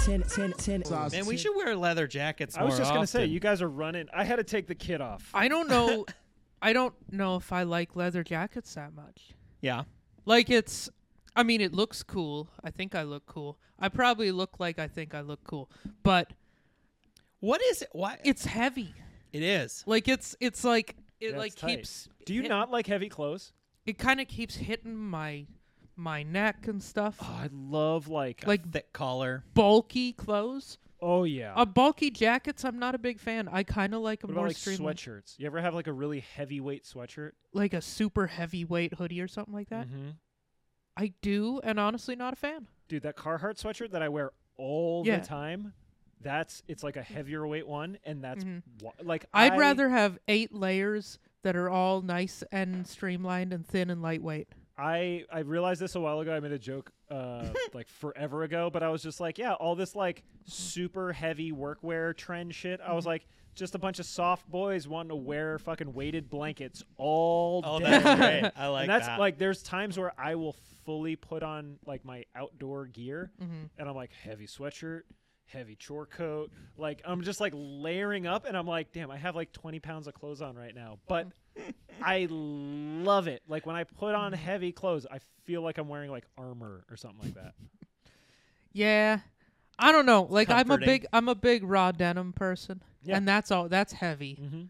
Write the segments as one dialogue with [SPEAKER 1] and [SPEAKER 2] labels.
[SPEAKER 1] Sin, sin, sin.
[SPEAKER 2] Sauce.
[SPEAKER 3] Man, we should wear leather jackets.
[SPEAKER 4] I was
[SPEAKER 3] more
[SPEAKER 4] just gonna say
[SPEAKER 3] often.
[SPEAKER 4] you guys are running. I had to take the kid off.
[SPEAKER 5] I don't know. I don't know if I like leather jackets that much.
[SPEAKER 3] Yeah.
[SPEAKER 5] Like it's. I mean, it looks cool. I think I look cool. I probably look like I think I look cool, but
[SPEAKER 3] What is it? Why?
[SPEAKER 5] it's heavy.
[SPEAKER 3] It is.
[SPEAKER 5] Like it's it's like it
[SPEAKER 4] That's
[SPEAKER 5] like
[SPEAKER 4] tight.
[SPEAKER 5] keeps.
[SPEAKER 4] Do you
[SPEAKER 5] hit-
[SPEAKER 4] not like heavy clothes?
[SPEAKER 5] It kind of keeps hitting my my neck and stuff.
[SPEAKER 4] Oh, I love like.
[SPEAKER 5] like
[SPEAKER 3] Thick collar.
[SPEAKER 5] bulky clothes.
[SPEAKER 4] oh yeah.
[SPEAKER 5] Uh, bulky jackets, I'm not a big fan. I kind of like a
[SPEAKER 4] what
[SPEAKER 5] more
[SPEAKER 4] about like
[SPEAKER 5] streamlined,
[SPEAKER 4] sweatshirts? You ever have like a really heavyweight sweatshirt?
[SPEAKER 5] like a super heavyweight hoodie or something like that.
[SPEAKER 4] Mm-hmm.
[SPEAKER 5] I do, and honestly, not a fan.
[SPEAKER 4] Dude, that Carhartt sweatshirt that I wear all
[SPEAKER 5] Yeah.
[SPEAKER 4] the time. That's it's like a heavier weight one, and that's
[SPEAKER 5] Mhm.
[SPEAKER 4] wha- like
[SPEAKER 5] I'd
[SPEAKER 4] I-
[SPEAKER 5] rather have eight layers that are all nice and streamlined and thin and lightweight.
[SPEAKER 4] I I realized this a while ago. I made a joke uh, like forever ago, but I was just like, yeah, all this like super heavy workwear trend shit. I was like, just a bunch of soft boys wanting to wear fucking weighted blankets all
[SPEAKER 3] Oh,
[SPEAKER 4] day.
[SPEAKER 3] that's great. I like
[SPEAKER 4] and that's
[SPEAKER 3] that.
[SPEAKER 4] like there's times where I will fully put on like my outdoor gear, and I'm like heavy sweatshirt. Heavy chore coat, like I'm just like layering up, and I'm like, damn, I have like 20 pounds of clothes on right now, but I love it. Like when I put on heavy clothes, I feel like I'm wearing like armor or something like that.
[SPEAKER 5] Yeah, I don't know. Like I'm a
[SPEAKER 3] comforting.
[SPEAKER 5] big I'm a big raw denim person,
[SPEAKER 4] Yeah.
[SPEAKER 5] and that's all. That's heavy.
[SPEAKER 4] Mhm.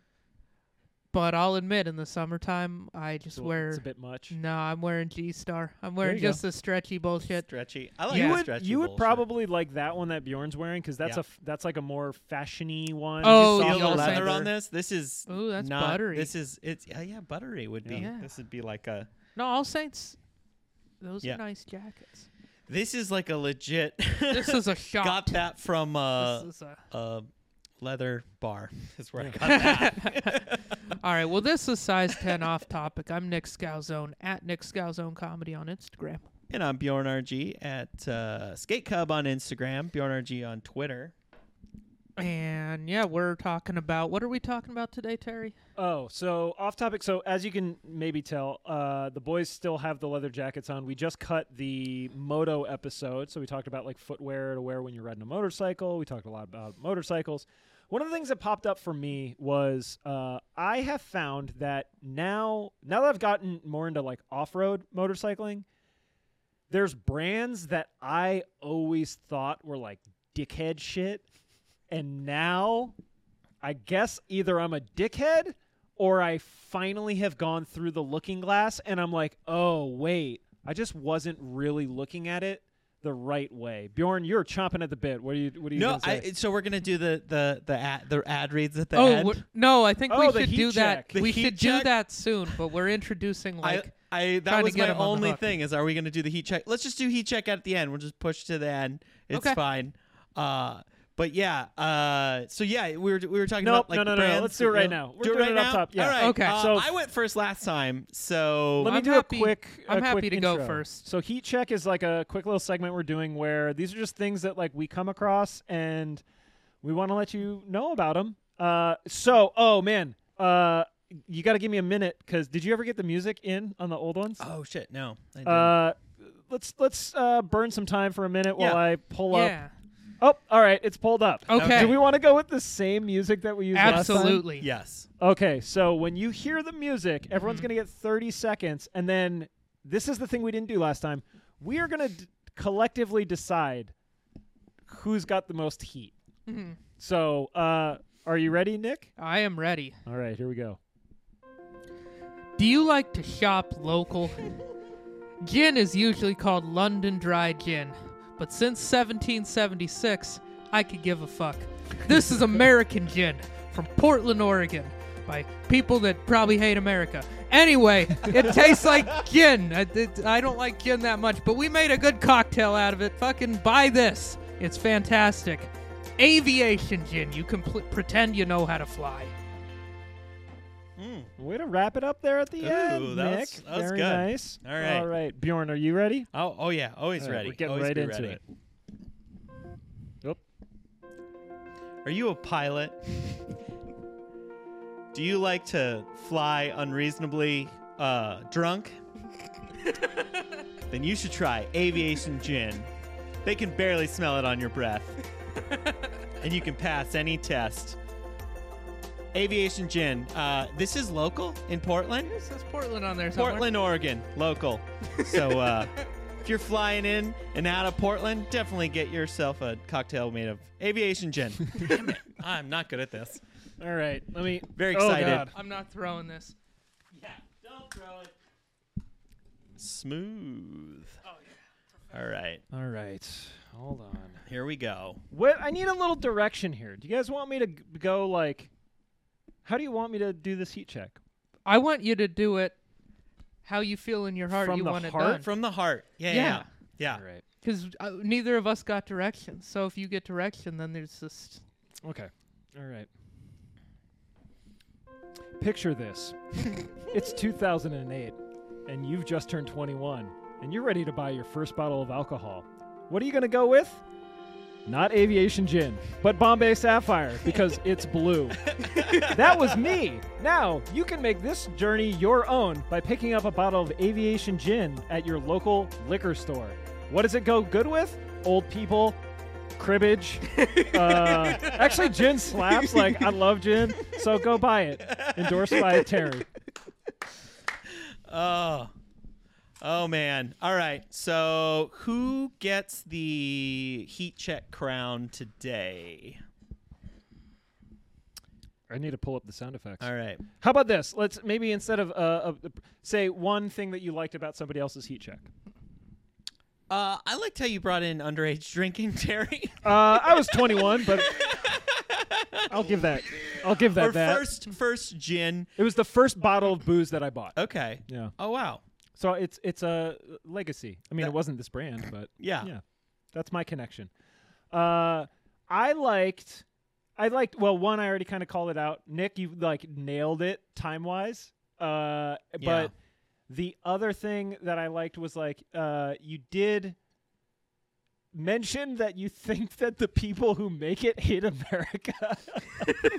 [SPEAKER 5] But I'll admit, in the summertime, I just
[SPEAKER 4] It's a-
[SPEAKER 5] wear
[SPEAKER 4] it's a bit much.
[SPEAKER 5] no. I'm wearing G Star. I'm wearing
[SPEAKER 4] you go.
[SPEAKER 5] just the stretchy bullshit.
[SPEAKER 3] Stretchy. I like
[SPEAKER 5] You
[SPEAKER 3] the
[SPEAKER 4] would
[SPEAKER 3] stretchy
[SPEAKER 4] you would
[SPEAKER 3] bullshit.
[SPEAKER 4] probably like that one that Bjorn's wearing because that's
[SPEAKER 3] Yeah.
[SPEAKER 4] a f- that's like a more fashiony one.
[SPEAKER 5] Oh,
[SPEAKER 3] Feel
[SPEAKER 5] yeah,
[SPEAKER 3] the
[SPEAKER 5] all
[SPEAKER 3] leather
[SPEAKER 5] same.
[SPEAKER 3] on this. This is
[SPEAKER 5] Ooh, that's
[SPEAKER 3] not,
[SPEAKER 5] buttery.
[SPEAKER 3] This is it's yeah, yeah buttery would be.
[SPEAKER 5] Yeah.
[SPEAKER 3] This would be like a.
[SPEAKER 5] No, All Saints. Those
[SPEAKER 3] Yeah.
[SPEAKER 5] are nice jackets.
[SPEAKER 3] This is like a legit.
[SPEAKER 5] This is a shot.
[SPEAKER 3] got that from uh,
[SPEAKER 5] This is a-
[SPEAKER 3] a leather bar. Is where I got that.
[SPEAKER 5] All right. Well, this is size 10 off topic. I'm Nick Scalzone at Nick Scalzone Comedy on Instagram.
[SPEAKER 3] And I'm Bjorn RG at uh, Skate Cub on Instagram, Bjorn RG on Twitter.
[SPEAKER 5] And yeah, we're talking about what are we talking about today, Terry?
[SPEAKER 4] Oh, so off topic. So as you can maybe tell, uh, the boys still have the leather jackets on. We just cut the moto episode, so we talked about like footwear to wear when you're riding a motorcycle. We talked a lot about motorcycles. One of the things that popped up for me was uh, I have found that now, now that I've gotten more into like off-road motorcycling, there's brands that I always thought were like dickhead shit, and now I guess either I'm a dickhead or I finally have gone through the looking glass and I'm like, oh, wait, I just wasn't really looking at it the right way. Bjorn, you're chomping at the bit. What are you, what are you
[SPEAKER 3] No,
[SPEAKER 4] gonna say?
[SPEAKER 3] I, so we're gonna do the the the ad, the ad reads at the
[SPEAKER 5] oh,
[SPEAKER 3] end.
[SPEAKER 5] we're- no, I think
[SPEAKER 4] Oh,
[SPEAKER 5] we
[SPEAKER 4] the
[SPEAKER 5] should
[SPEAKER 4] heat
[SPEAKER 5] do that.
[SPEAKER 4] check. The
[SPEAKER 5] we
[SPEAKER 3] heat
[SPEAKER 5] should
[SPEAKER 3] check?
[SPEAKER 5] do that soon, but we're introducing like
[SPEAKER 3] I, I
[SPEAKER 5] trying
[SPEAKER 3] that
[SPEAKER 5] to
[SPEAKER 3] was
[SPEAKER 5] get
[SPEAKER 3] my
[SPEAKER 5] him on the
[SPEAKER 3] only
[SPEAKER 5] hook.
[SPEAKER 3] thing is are we gonna do the heat check? Let's just do heat check at the end. We'll just push to the end. It's
[SPEAKER 5] Okay.
[SPEAKER 3] fine. Uh but yeah, uh so yeah, we were we were talking
[SPEAKER 4] Nope,
[SPEAKER 3] about like
[SPEAKER 4] no, no, no, no.
[SPEAKER 3] brands.
[SPEAKER 4] Let's do it right now. We're
[SPEAKER 3] do it
[SPEAKER 4] doing
[SPEAKER 3] right
[SPEAKER 4] it up
[SPEAKER 3] now.
[SPEAKER 4] top, yeah.
[SPEAKER 3] All right.
[SPEAKER 5] Okay.
[SPEAKER 3] Uh,
[SPEAKER 4] So-
[SPEAKER 3] I went first last time, so
[SPEAKER 4] Let me
[SPEAKER 5] I'm
[SPEAKER 4] do
[SPEAKER 5] happy-
[SPEAKER 4] a quick.
[SPEAKER 5] I'm
[SPEAKER 4] a
[SPEAKER 5] happy
[SPEAKER 4] quick
[SPEAKER 5] to go
[SPEAKER 4] intro.
[SPEAKER 5] first.
[SPEAKER 4] So heat check is like a quick little segment we're doing where these are just things that like we come across and we want to let you know about them. Uh, so oh man, uh, you got to give me a minute because did you ever get the music in on the old ones?
[SPEAKER 3] Oh shit, no. I didn't.
[SPEAKER 4] Uh, let's let's uh, burn some time for a minute while
[SPEAKER 3] Yeah.
[SPEAKER 4] I pull
[SPEAKER 5] yeah.
[SPEAKER 4] up. Oh, all right, it's pulled up.
[SPEAKER 5] Okay.
[SPEAKER 4] Do we want to go with the same music that we used last time?
[SPEAKER 5] Absolutely.
[SPEAKER 3] yes.
[SPEAKER 4] Okay, so when you hear the music, everyone's
[SPEAKER 3] Mm-hmm.
[SPEAKER 4] going to get 30 seconds, and then this is the thing we didn't do last time. We are going to d- collectively decide who's got the most heat.
[SPEAKER 3] Mm-hmm.
[SPEAKER 5] Mhm.
[SPEAKER 4] So, uh, are you ready, Nick?
[SPEAKER 5] I am ready.
[SPEAKER 4] All right, here we go.
[SPEAKER 5] Do you like to shop local? gin is usually called London Dry Gin, but since 1776, I could give a fuck. This is American gin from Portland, Oregon, by people that probably hate America. Anyway, it tastes like gin. I, it- I don't like gin that much, but we made a good cocktail out of it. Fucking buy this. It's fantastic. Aviation gin. You can pl- pretend you know how to fly.
[SPEAKER 4] Way to wrap it up there at the
[SPEAKER 3] Ooh,
[SPEAKER 4] end,
[SPEAKER 3] that
[SPEAKER 4] Nick.
[SPEAKER 3] was- that was
[SPEAKER 4] Very
[SPEAKER 3] good.
[SPEAKER 4] nice.
[SPEAKER 3] All right.
[SPEAKER 4] All right, Bjorn, are you ready?
[SPEAKER 3] Oh oh yeah, always
[SPEAKER 4] All right,
[SPEAKER 3] ready.
[SPEAKER 4] we're getting
[SPEAKER 3] always
[SPEAKER 4] right
[SPEAKER 3] be
[SPEAKER 4] into
[SPEAKER 3] ready.
[SPEAKER 4] it. Yep.
[SPEAKER 3] Are you a pilot? Do you like to fly unreasonably uh, drunk? then you should try Aviation Gin. They can barely smell it on your breath. and you can pass any test. Aviation Gin. Uh, this is local in Portland.
[SPEAKER 5] It says Portland on there somewhere.
[SPEAKER 3] Portland, Oregon, local. So uh, if you're flying in and out of Portland, definitely get yourself a cocktail made of aviation gin. Damn it. I'm not good at this.
[SPEAKER 4] All right, let me.
[SPEAKER 3] Very
[SPEAKER 4] Oh,
[SPEAKER 3] excited.
[SPEAKER 4] God.
[SPEAKER 5] I'm not throwing this.
[SPEAKER 3] Yeah, don't throw it. Smooth. Oh, yeah. All right,
[SPEAKER 4] All right, hold on.
[SPEAKER 3] here we go.
[SPEAKER 4] What I need a little direction here. Do you guys want me to g- go like? How do you want me to do this heat check?
[SPEAKER 5] I want you to do it how you feel in your heart.
[SPEAKER 4] From
[SPEAKER 5] you
[SPEAKER 4] the
[SPEAKER 5] want it
[SPEAKER 4] heart?
[SPEAKER 5] done.
[SPEAKER 3] From the heart. Yeah.
[SPEAKER 4] Yeah.
[SPEAKER 3] Yeah. yeah.
[SPEAKER 4] All right.
[SPEAKER 5] Because uh, neither of us got directions. So if you get direction, then there's just.
[SPEAKER 4] Okay. All right. Picture this. it's 2008 and you've just turned 21 and you're ready to buy your first bottle of alcohol. What are you going to go with? Not aviation gin, but Bombay Sapphire because it's blue. that was me. Now, you can make this journey your own by picking up a bottle of aviation gin at your local liquor store. What does it go good with? Old people, cribbage. Uh, actually, gin slaps. Like, I love gin, so go buy it. Endorsed by Terry.
[SPEAKER 3] Oh. Oh man. All right. So, who gets the heat check crown today?
[SPEAKER 4] I need to pull up the sound effects.
[SPEAKER 3] All right.
[SPEAKER 4] How about this? Let's maybe instead of uh, uh, say one thing that you liked about somebody else's heat check.
[SPEAKER 3] Uh, I liked how you brought in underage drinking, Terry.
[SPEAKER 4] Uh, I was 21, but I'll give that. I'll give that
[SPEAKER 3] or
[SPEAKER 4] that.
[SPEAKER 3] first, first gin.
[SPEAKER 4] It was the first bottle of booze that I bought.
[SPEAKER 3] Okay.
[SPEAKER 4] Yeah.
[SPEAKER 3] Oh wow.
[SPEAKER 4] So it's it's a legacy. I mean,
[SPEAKER 3] That-
[SPEAKER 4] it wasn't this brand, but
[SPEAKER 3] Yeah.
[SPEAKER 4] yeah, that's my connection. Uh, I liked, I liked. Well, one I already kind of called it out. Nick, you like nailed it time wise. Uh,
[SPEAKER 3] Yeah.
[SPEAKER 4] but the other thing that I liked was like, uh, you did mention that you think that the people who make it hate America,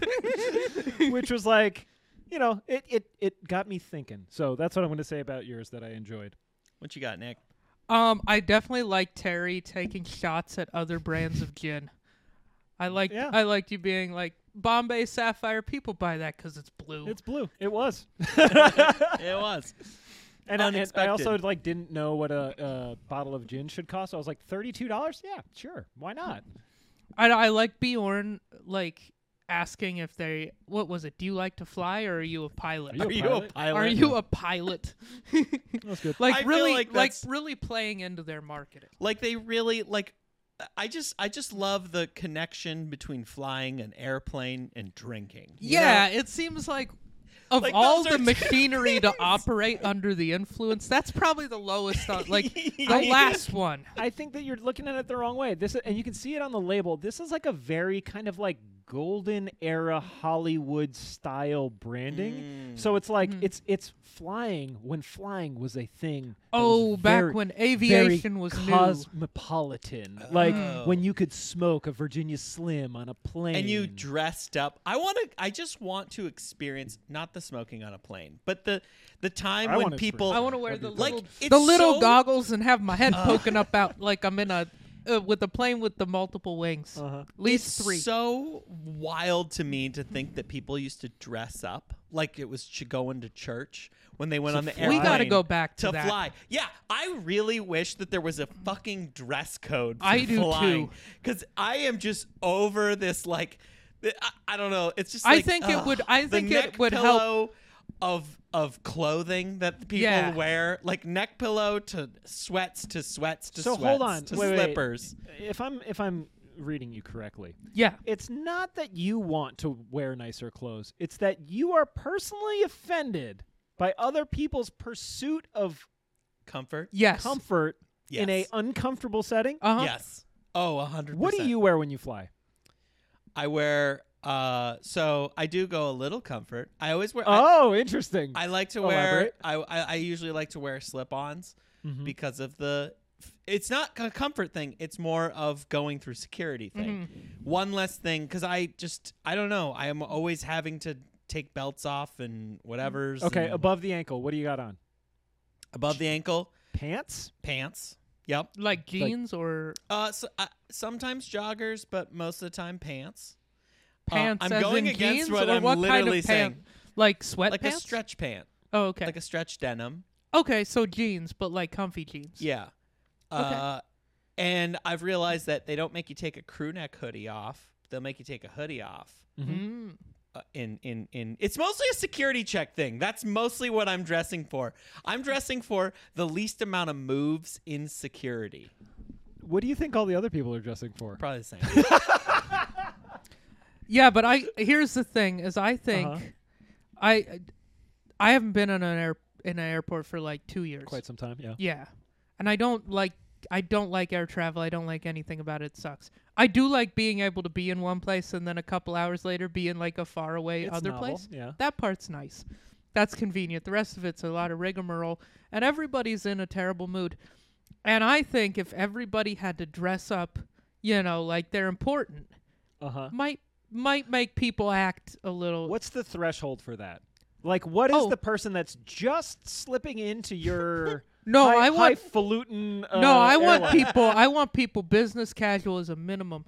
[SPEAKER 4] which was like. You know, it, it, it got me thinking. So that's what I'm going to say about yours that I enjoyed.
[SPEAKER 3] What you got, Nick?
[SPEAKER 5] Um, I definitely like Terry taking shots at other brands of gin. I liked,
[SPEAKER 4] Yeah.
[SPEAKER 5] I liked you being like Bombay Sapphire. People buy that because it's blue.
[SPEAKER 4] It's blue. It was.
[SPEAKER 3] it was.
[SPEAKER 4] And, I- and I
[SPEAKER 3] Unexpected.
[SPEAKER 4] also like didn't know what a, uh bottle of gin should cost. So I was like, thirty-two dollars? Yeah, sure. Why not?
[SPEAKER 5] I, I like Bjorn like asking if they what was it? Do you like to fly or are you a pilot?
[SPEAKER 4] Are
[SPEAKER 3] Are you a
[SPEAKER 4] pilot?
[SPEAKER 3] pilot?
[SPEAKER 5] Are you a pilot?
[SPEAKER 4] That was good.
[SPEAKER 5] like
[SPEAKER 3] I feel
[SPEAKER 5] really
[SPEAKER 3] like
[SPEAKER 5] like,
[SPEAKER 3] that's-
[SPEAKER 5] really playing into their marketing.
[SPEAKER 3] like they really like I just I just love the connection between flying an airplane and drinking.
[SPEAKER 5] Yeah, it seems like of
[SPEAKER 3] Like, those
[SPEAKER 5] all the
[SPEAKER 3] are two
[SPEAKER 5] machinery to operate under the influence, that's probably the lowest on like the last one.
[SPEAKER 4] I think that you're looking at it the wrong way. This and you can see it on the label. This is like a very kind of like golden era Hollywood style
[SPEAKER 3] Mm.
[SPEAKER 4] branding. So it's
[SPEAKER 5] Mm-hmm.
[SPEAKER 4] like it's it's flying when flying was a thing. that was
[SPEAKER 5] Oh, back
[SPEAKER 4] very-
[SPEAKER 5] when
[SPEAKER 4] very
[SPEAKER 5] aviation was new.
[SPEAKER 4] cosmopolitan. Like
[SPEAKER 3] Oh.
[SPEAKER 4] when you could smoke a Virginia Slim on a plane.
[SPEAKER 3] And you dressed up. I want to. I just want to experience not the smoking on a plane, but the the time
[SPEAKER 4] I
[SPEAKER 3] when
[SPEAKER 4] wanna
[SPEAKER 3] people
[SPEAKER 5] I want to wear the
[SPEAKER 4] That'd be
[SPEAKER 5] little,
[SPEAKER 3] like it's
[SPEAKER 5] the little
[SPEAKER 3] so- Uh.
[SPEAKER 5] goggles and have my head poking up out like I'm in a uh, with a plane with the multiple wings.
[SPEAKER 4] Uh-huh.
[SPEAKER 5] At least
[SPEAKER 3] It's
[SPEAKER 5] three.
[SPEAKER 3] so wild to me to think that people used to dress up like it was ch- going to church when they went on the
[SPEAKER 4] fly.
[SPEAKER 3] airplane.
[SPEAKER 4] We gotta
[SPEAKER 5] go back to that.
[SPEAKER 3] fly. Yeah, I really wish that there was a fucking dress code. For
[SPEAKER 5] I do
[SPEAKER 3] flying,
[SPEAKER 5] too.
[SPEAKER 3] because I am just over this. Like, th- I, I don't know. It's just.
[SPEAKER 5] I
[SPEAKER 3] like,
[SPEAKER 5] think it
[SPEAKER 3] ugh,
[SPEAKER 5] would- I
[SPEAKER 3] the
[SPEAKER 5] think it
[SPEAKER 3] neck
[SPEAKER 5] would help.
[SPEAKER 3] pillow Of of clothing that people
[SPEAKER 5] Yeah.
[SPEAKER 3] wear, like neck pillow to sweats to sweats to
[SPEAKER 4] So
[SPEAKER 3] sweats
[SPEAKER 4] hold on.
[SPEAKER 3] to
[SPEAKER 4] Wait, wait.
[SPEAKER 3] slippers.
[SPEAKER 4] if I'm if I'm reading you correctly,
[SPEAKER 5] Yeah.
[SPEAKER 4] it's not that you want to wear nicer clothes. It's that you are personally offended by other people's pursuit of
[SPEAKER 3] Comfort.
[SPEAKER 5] Yes.
[SPEAKER 4] comfort in a
[SPEAKER 3] Yes.
[SPEAKER 4] uncomfortable setting.
[SPEAKER 5] uh-huh.
[SPEAKER 3] Yes. Oh, a hundred.
[SPEAKER 4] what do
[SPEAKER 3] percent.
[SPEAKER 4] you wear when you fly?
[SPEAKER 3] I wear. Uh, so I do go a little comfort. I always wear. I,
[SPEAKER 4] Oh, interesting.
[SPEAKER 3] I like to wear.
[SPEAKER 4] Elaborate. Mm-hmm.
[SPEAKER 3] I, I I usually like to wear slip-ons because of the. It's not a comfort thing. It's more of going through security thing. One less thing because I just I don't know. I am always having to take belts off and whatever's
[SPEAKER 4] okay,
[SPEAKER 3] and
[SPEAKER 4] above the ankle. What do you got on?
[SPEAKER 3] above the ankle
[SPEAKER 4] Pants?
[SPEAKER 3] pants. Yep.
[SPEAKER 5] Like jeans or
[SPEAKER 3] Uh, so, uh, sometimes joggers, but most of the time pants. Uh,
[SPEAKER 5] pants?
[SPEAKER 3] I'm
[SPEAKER 5] as
[SPEAKER 3] going
[SPEAKER 5] in
[SPEAKER 3] against
[SPEAKER 5] jeans,
[SPEAKER 3] what
[SPEAKER 5] or
[SPEAKER 3] I'm
[SPEAKER 5] what kind
[SPEAKER 3] literally
[SPEAKER 5] of pant?
[SPEAKER 3] saying.
[SPEAKER 5] Like sweatpants.
[SPEAKER 3] like a stretch pant,
[SPEAKER 5] Oh, okay.
[SPEAKER 3] like a stretch denim.
[SPEAKER 5] okay, so jeans, but like comfy jeans.
[SPEAKER 3] Yeah. Uh, and I've realized that they don't make you take a crew neck hoodie off. They'll make you take a hoodie off.
[SPEAKER 4] Mm-hmm.
[SPEAKER 5] Mm.
[SPEAKER 3] Uh, in in in it's mostly a security check thing. That's mostly what I'm dressing for. I'm dressing for the least amount of moves in security.
[SPEAKER 4] What do you think all the other people are dressing for?
[SPEAKER 3] Probably the same.
[SPEAKER 5] Yeah, but I here's the thing: is I think
[SPEAKER 4] Uh-huh.
[SPEAKER 5] I I haven't been in an air in an airport for like two years.
[SPEAKER 4] Quite some time, yeah.
[SPEAKER 5] Yeah, and I don't like I don't like air travel. I don't like anything about it. it sucks. I do like being able to be in one place and then a couple hours later be in like a faraway
[SPEAKER 4] It's
[SPEAKER 5] other
[SPEAKER 4] novel,
[SPEAKER 5] place.
[SPEAKER 4] yeah.
[SPEAKER 5] that part's nice. That's convenient. The rest of it's a lot of rigmarole, and everybody's in a terrible mood. And I think if everybody had to dress up, you know, like they're important,
[SPEAKER 4] Uh huh.
[SPEAKER 5] might might make people act a little.
[SPEAKER 4] What's the threshold for that? Like, what is
[SPEAKER 5] Oh.
[SPEAKER 4] the person that's just slipping into your
[SPEAKER 5] No,
[SPEAKER 4] high,
[SPEAKER 5] I want-
[SPEAKER 4] highfalutin? Uh,
[SPEAKER 5] no, I want
[SPEAKER 4] airline?
[SPEAKER 5] people. I want people business casual as a minimum.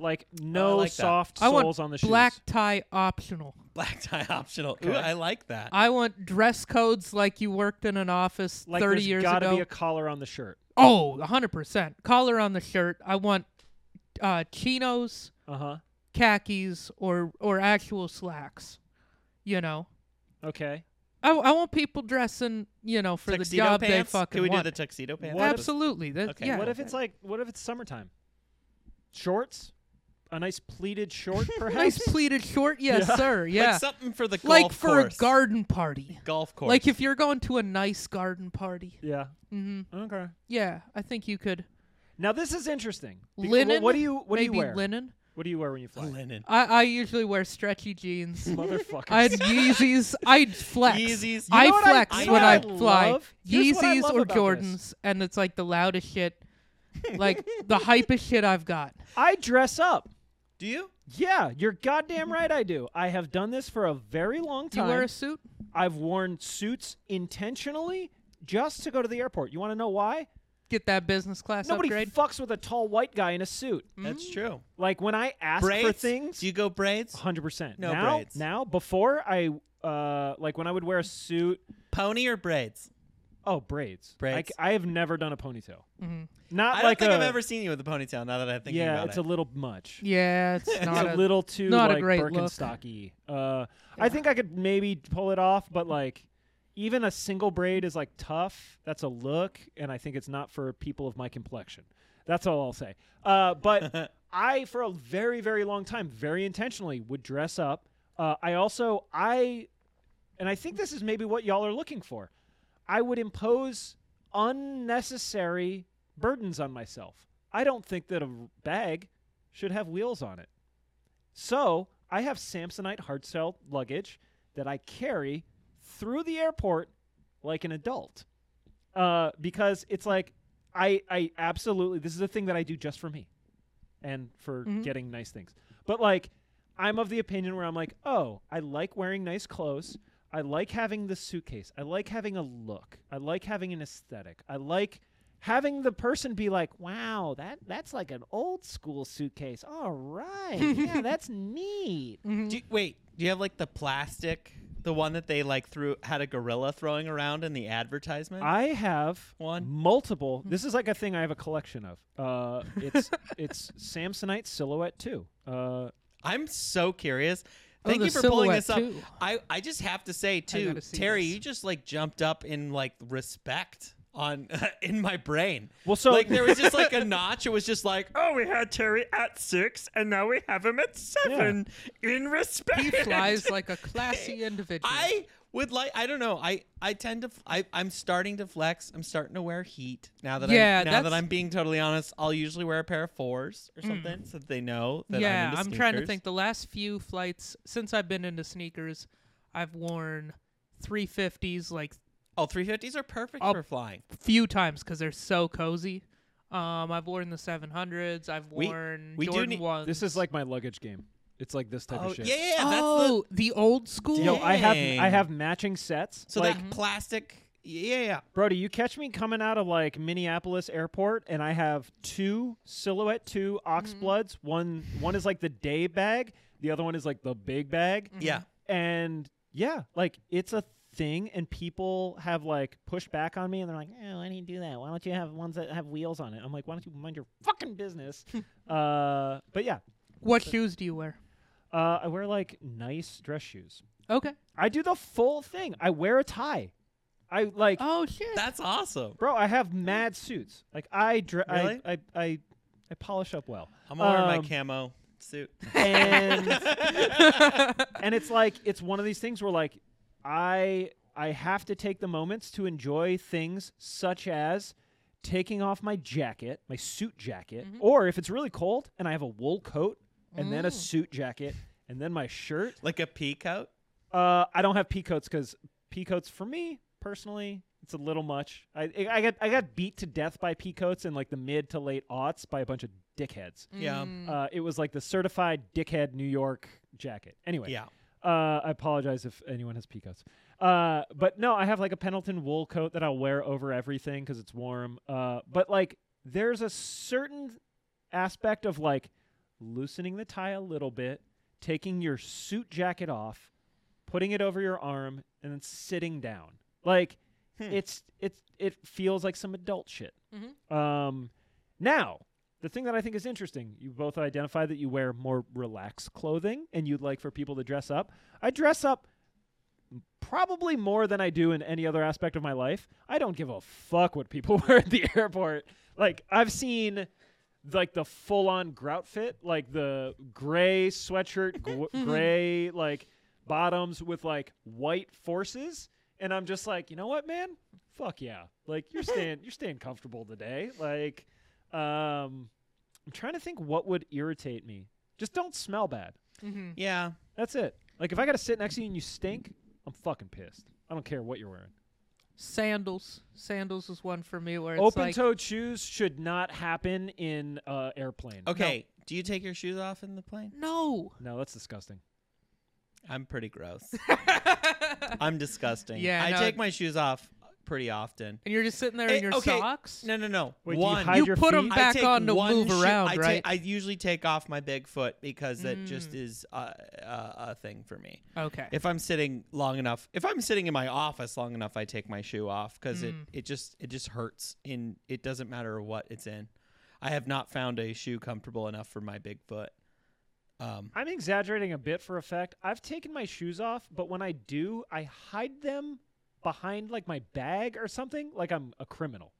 [SPEAKER 4] like no
[SPEAKER 3] Oh, like that.
[SPEAKER 4] soft
[SPEAKER 5] I
[SPEAKER 4] soles
[SPEAKER 5] want
[SPEAKER 4] on the shoes.
[SPEAKER 5] black tie optional.
[SPEAKER 3] Black tie optional. Ooh,
[SPEAKER 4] Okay.
[SPEAKER 3] I like that.
[SPEAKER 5] I want dress codes like you worked in an office
[SPEAKER 4] Like
[SPEAKER 5] 30
[SPEAKER 4] there's
[SPEAKER 5] years
[SPEAKER 4] gotta
[SPEAKER 5] ago.
[SPEAKER 4] be a collar on the shirt.
[SPEAKER 5] oh, 100%. Collar on the shirt. I want uh, chinos,
[SPEAKER 4] Uh huh.
[SPEAKER 5] khakis, or, or actual slacks. You know?
[SPEAKER 4] Okay.
[SPEAKER 5] I, I want people dressing, you know, for
[SPEAKER 3] tuxedo
[SPEAKER 5] the job
[SPEAKER 3] pants.
[SPEAKER 5] they fucking
[SPEAKER 3] Can we
[SPEAKER 5] want.
[SPEAKER 3] do the tuxedo pants?
[SPEAKER 4] What if-
[SPEAKER 5] Absolutely. That,
[SPEAKER 3] Okay.
[SPEAKER 5] yeah.
[SPEAKER 4] What if it's like? What if it's summertime? Shorts, a nice pleated short, perhaps.
[SPEAKER 5] nice pleated short? Yes,
[SPEAKER 4] Yeah.
[SPEAKER 5] sir. Yeah.
[SPEAKER 3] Like something for the golf
[SPEAKER 5] Like for
[SPEAKER 3] course.
[SPEAKER 5] a garden party.
[SPEAKER 3] golf course.
[SPEAKER 5] Like if you're going to a nice garden party.
[SPEAKER 4] yeah.
[SPEAKER 5] hmm
[SPEAKER 3] Mm-hmm.
[SPEAKER 4] Okay.
[SPEAKER 5] Yeah, I think you could.
[SPEAKER 4] Now this is interesting. Beca-
[SPEAKER 5] Linen?
[SPEAKER 4] What do you? What
[SPEAKER 5] Maybe
[SPEAKER 4] do you wear?
[SPEAKER 5] linen.
[SPEAKER 4] What do you wear when you fly?
[SPEAKER 3] linen.
[SPEAKER 5] I, I usually wear stretchy jeans.
[SPEAKER 4] Motherfuckers.
[SPEAKER 5] I'd Yeezys. I'd flex.
[SPEAKER 3] Yeezys. You
[SPEAKER 5] I
[SPEAKER 4] know what I-
[SPEAKER 5] flex
[SPEAKER 3] you know
[SPEAKER 5] when I
[SPEAKER 3] what
[SPEAKER 4] I
[SPEAKER 5] fly.
[SPEAKER 4] love? Here's what I
[SPEAKER 5] Yeezys
[SPEAKER 4] love
[SPEAKER 5] or
[SPEAKER 4] about
[SPEAKER 5] Jordans, and it's like the loudest shit, like the hypest shit I've got.
[SPEAKER 4] I dress up.
[SPEAKER 3] Do you?
[SPEAKER 4] Yeah, you're goddamn right. I do. I have done this for a very long
[SPEAKER 5] Do you
[SPEAKER 4] time.
[SPEAKER 5] wear a suit?
[SPEAKER 4] I've worn suits intentionally just to go to the airport. You want to know why?
[SPEAKER 5] Get that business class
[SPEAKER 4] Nobody
[SPEAKER 5] upgrade.
[SPEAKER 4] fucks with a tall white guy in a suit.
[SPEAKER 5] mm.
[SPEAKER 3] That's true.
[SPEAKER 4] Like when I ask
[SPEAKER 3] Braids?
[SPEAKER 4] for things,
[SPEAKER 3] Do you go braids?
[SPEAKER 4] hundred percent.
[SPEAKER 3] No
[SPEAKER 4] now,
[SPEAKER 3] braids.
[SPEAKER 4] now before I, uh, like when I would wear a suit.
[SPEAKER 3] Pony or braids?
[SPEAKER 4] Oh, braids. I
[SPEAKER 3] Braids.
[SPEAKER 4] c- I, have never done a ponytail. Not
[SPEAKER 3] I don't
[SPEAKER 4] like
[SPEAKER 3] think
[SPEAKER 4] i
[SPEAKER 3] i I've ever seen you with a ponytail. Now that I think
[SPEAKER 4] yeah,
[SPEAKER 3] about
[SPEAKER 4] it's
[SPEAKER 3] it,
[SPEAKER 4] a little much.
[SPEAKER 5] yeah, it's
[SPEAKER 4] It's a,
[SPEAKER 5] not
[SPEAKER 4] little too
[SPEAKER 5] not a
[SPEAKER 4] like
[SPEAKER 5] great look.
[SPEAKER 4] Birkenstocky. Uh, I think I could maybe pull it off, but like even a single braid is like tough. That's a look, and I think it's not for people of my complexion. That's all I'll say. Uh, but I, for a very very long time, very intentionally would dress up. Uh, I also I, and I think this is maybe what y'all are looking for. I would impose unnecessary burdens on myself. I don't think that a bag should have wheels on it. So I have Samsonite hard sell luggage that I carry through the airport like an adult. Uh, because it's like I I absolutely this is a thing that I do just for me and for getting nice things. But like I'm of the opinion where I'm like, oh, I like wearing nice clothes. I like having the suitcase. I like having a look. I like having an aesthetic. I like having the person be like, "Wow, that that's like an old school suitcase. All right, yeah, that's neat."
[SPEAKER 3] do you, wait. Do you have like the plastic, the one that they like threw had a gorilla throwing around in the advertisement?
[SPEAKER 4] I have
[SPEAKER 3] One.
[SPEAKER 4] multiple. This is like a thing I have a collection of. Uh, it's it's Samsonite silhouette too. Uh,
[SPEAKER 3] I'm so curious.
[SPEAKER 5] Oh,
[SPEAKER 3] Thank
[SPEAKER 5] the
[SPEAKER 3] you for pulling this up.
[SPEAKER 5] silhouette, too.
[SPEAKER 3] I, I just have to say too,
[SPEAKER 5] gotta see
[SPEAKER 3] Terry,
[SPEAKER 5] this.
[SPEAKER 3] you just like jumped up in like respect on in my brain.
[SPEAKER 4] Well, so-
[SPEAKER 3] like there was just like a notch. It was just like, oh, we had Terry at six, and now we have him at seven. In respect,
[SPEAKER 5] He flies like a classy individual.
[SPEAKER 3] I would like. I don't know. I I tend to. f- I I'm starting to flex. I'm starting to wear heat now that
[SPEAKER 5] Yeah,
[SPEAKER 3] I'm, now
[SPEAKER 5] that's- Mm.
[SPEAKER 3] that I'm being totally honest. I'll usually wear a pair of fours or something so that they know that
[SPEAKER 5] yeah,
[SPEAKER 3] I'm. Into
[SPEAKER 5] trying to
[SPEAKER 3] sneakers.
[SPEAKER 5] think. The last few flights since I've been into sneakers, I've worn 350s like
[SPEAKER 3] Oh, 350s are perfect
[SPEAKER 5] I'll-
[SPEAKER 3] for flying.
[SPEAKER 5] few times because they're so cozy. Um, I've worn the 700s. I've
[SPEAKER 3] We-
[SPEAKER 5] worn
[SPEAKER 3] we do
[SPEAKER 5] Jordan
[SPEAKER 3] need-
[SPEAKER 5] ones.
[SPEAKER 4] this is like my luggage game. It's like this type
[SPEAKER 3] Oh,
[SPEAKER 4] of shit.
[SPEAKER 3] yeah, yeah, yeah, that's the
[SPEAKER 5] oh, the, Oh, old school.
[SPEAKER 4] Yo, I have
[SPEAKER 3] Dang.
[SPEAKER 4] I have matching sets.
[SPEAKER 3] so
[SPEAKER 4] like
[SPEAKER 3] that plastic. Yeah, yeah.
[SPEAKER 5] mm-hmm.
[SPEAKER 4] Brody, you catch me coming out of like Minneapolis airport, and I have two silhouette two ox
[SPEAKER 3] Mm-hmm.
[SPEAKER 4] bloods. One one is like the day bag, the other one is like the big bag.
[SPEAKER 3] Mm-hmm. Yeah.
[SPEAKER 4] And yeah, like it's a thing, and people have like pushed back on me, and they're like, "Oh, why do you do that? Why don't you have ones that have wheels on it?" I'm like, "Why don't you mind your fucking business?" uh, but yeah,
[SPEAKER 5] What shoes do you wear?
[SPEAKER 4] uh, I wear like nice dress shoes.
[SPEAKER 5] Okay.
[SPEAKER 4] I do the full thing. I wear a tie. I like
[SPEAKER 5] Oh shit.
[SPEAKER 3] That's awesome.
[SPEAKER 4] Bro, I have mad suits. Like I, dre-
[SPEAKER 3] Really?
[SPEAKER 4] I, I, I, I polish up well,
[SPEAKER 3] I'm gonna wear
[SPEAKER 4] Um,
[SPEAKER 3] my camo suit.
[SPEAKER 4] and and it's like it's one of these things where like I, I have to take the moments to enjoy things such as taking off my jacket, my suit jacket,
[SPEAKER 3] Mm-hmm.
[SPEAKER 4] or if it's really cold and I have a wool coat and
[SPEAKER 3] Mm.
[SPEAKER 4] then a suit jacket and then my shirt.
[SPEAKER 3] like a pea coat.
[SPEAKER 4] Uh, I don't have peacoats because peacoats for me personally, it's a little much. I I- I got I got beat to death by peacoats in like the mid to late aughts by a bunch of dickheads.
[SPEAKER 3] Yeah.
[SPEAKER 5] Mm.
[SPEAKER 4] Uh, it was like the certified dickhead New York jacket. Anyway,
[SPEAKER 3] Yeah.
[SPEAKER 4] Uh, I apologize if anyone has peacoats. Uh, but no, I have like a Pendleton wool coat that I'll wear over everything because it's warm. Uh, but like there's a certain aspect of like loosening the tie a little bit, taking your suit jacket off, putting it over your arm, and then sitting down. Like it's it's it feels like some adult shit. Um, now the thing that I think is interesting, you both identify that you wear more relaxed clothing and you'd like for people to dress up. I dress up probably more than I do in any other aspect of my life. I don't give a fuck what people wear at the airport. Like I've seen like the full on grout fit, like the gray sweatshirt, gw- gray like bottoms with like white forces and I'm just like, "You know what, man? Fuck yeah. Like you're staying you're staying comfortable today." Like um I'm trying to think what would irritate me. Just don't smell bad.
[SPEAKER 5] hmm
[SPEAKER 3] Yeah.
[SPEAKER 4] That's it. Like if I got to sit next to you and you stink, I'm fucking pissed. I don't care what you're wearing.
[SPEAKER 5] Sandals. Sandals is one for me where it's like
[SPEAKER 4] Open-toed shoes should not happen in uh airplane.
[SPEAKER 3] Okay. Do you take your shoes off in the plane?
[SPEAKER 5] no.
[SPEAKER 4] No, that's disgusting.
[SPEAKER 3] I'm pretty gross. I'm disgusting.
[SPEAKER 5] Yeah,
[SPEAKER 3] I
[SPEAKER 5] no.
[SPEAKER 3] take my shoes off pretty often.
[SPEAKER 5] And you're just sitting there
[SPEAKER 3] Eh,
[SPEAKER 5] in your
[SPEAKER 3] okay.
[SPEAKER 5] socks.
[SPEAKER 3] No, no, no.
[SPEAKER 4] Wait, do you
[SPEAKER 3] one.
[SPEAKER 4] hide
[SPEAKER 5] You
[SPEAKER 4] your
[SPEAKER 5] put 'em
[SPEAKER 4] feet?
[SPEAKER 3] I
[SPEAKER 5] back
[SPEAKER 3] take
[SPEAKER 5] on to
[SPEAKER 3] one
[SPEAKER 5] move
[SPEAKER 3] shoe-
[SPEAKER 5] around,
[SPEAKER 3] I ta-
[SPEAKER 5] right? Mm.
[SPEAKER 3] I usually take off my big foot because that just is a, a, a thing for me.
[SPEAKER 5] okay.
[SPEAKER 3] If I'm sitting long enough, if I'm sitting in my office long enough, I take my shoe off because it,
[SPEAKER 5] Mm.
[SPEAKER 3] it just it just hurts. In it doesn't matter what it's in. I have not found a shoe comfortable enough for my big foot. Um,
[SPEAKER 4] I'm exaggerating a bit for effect. I've taken my shoes off, but when I do, I hide them behind like my bag or something, like I'm a criminal.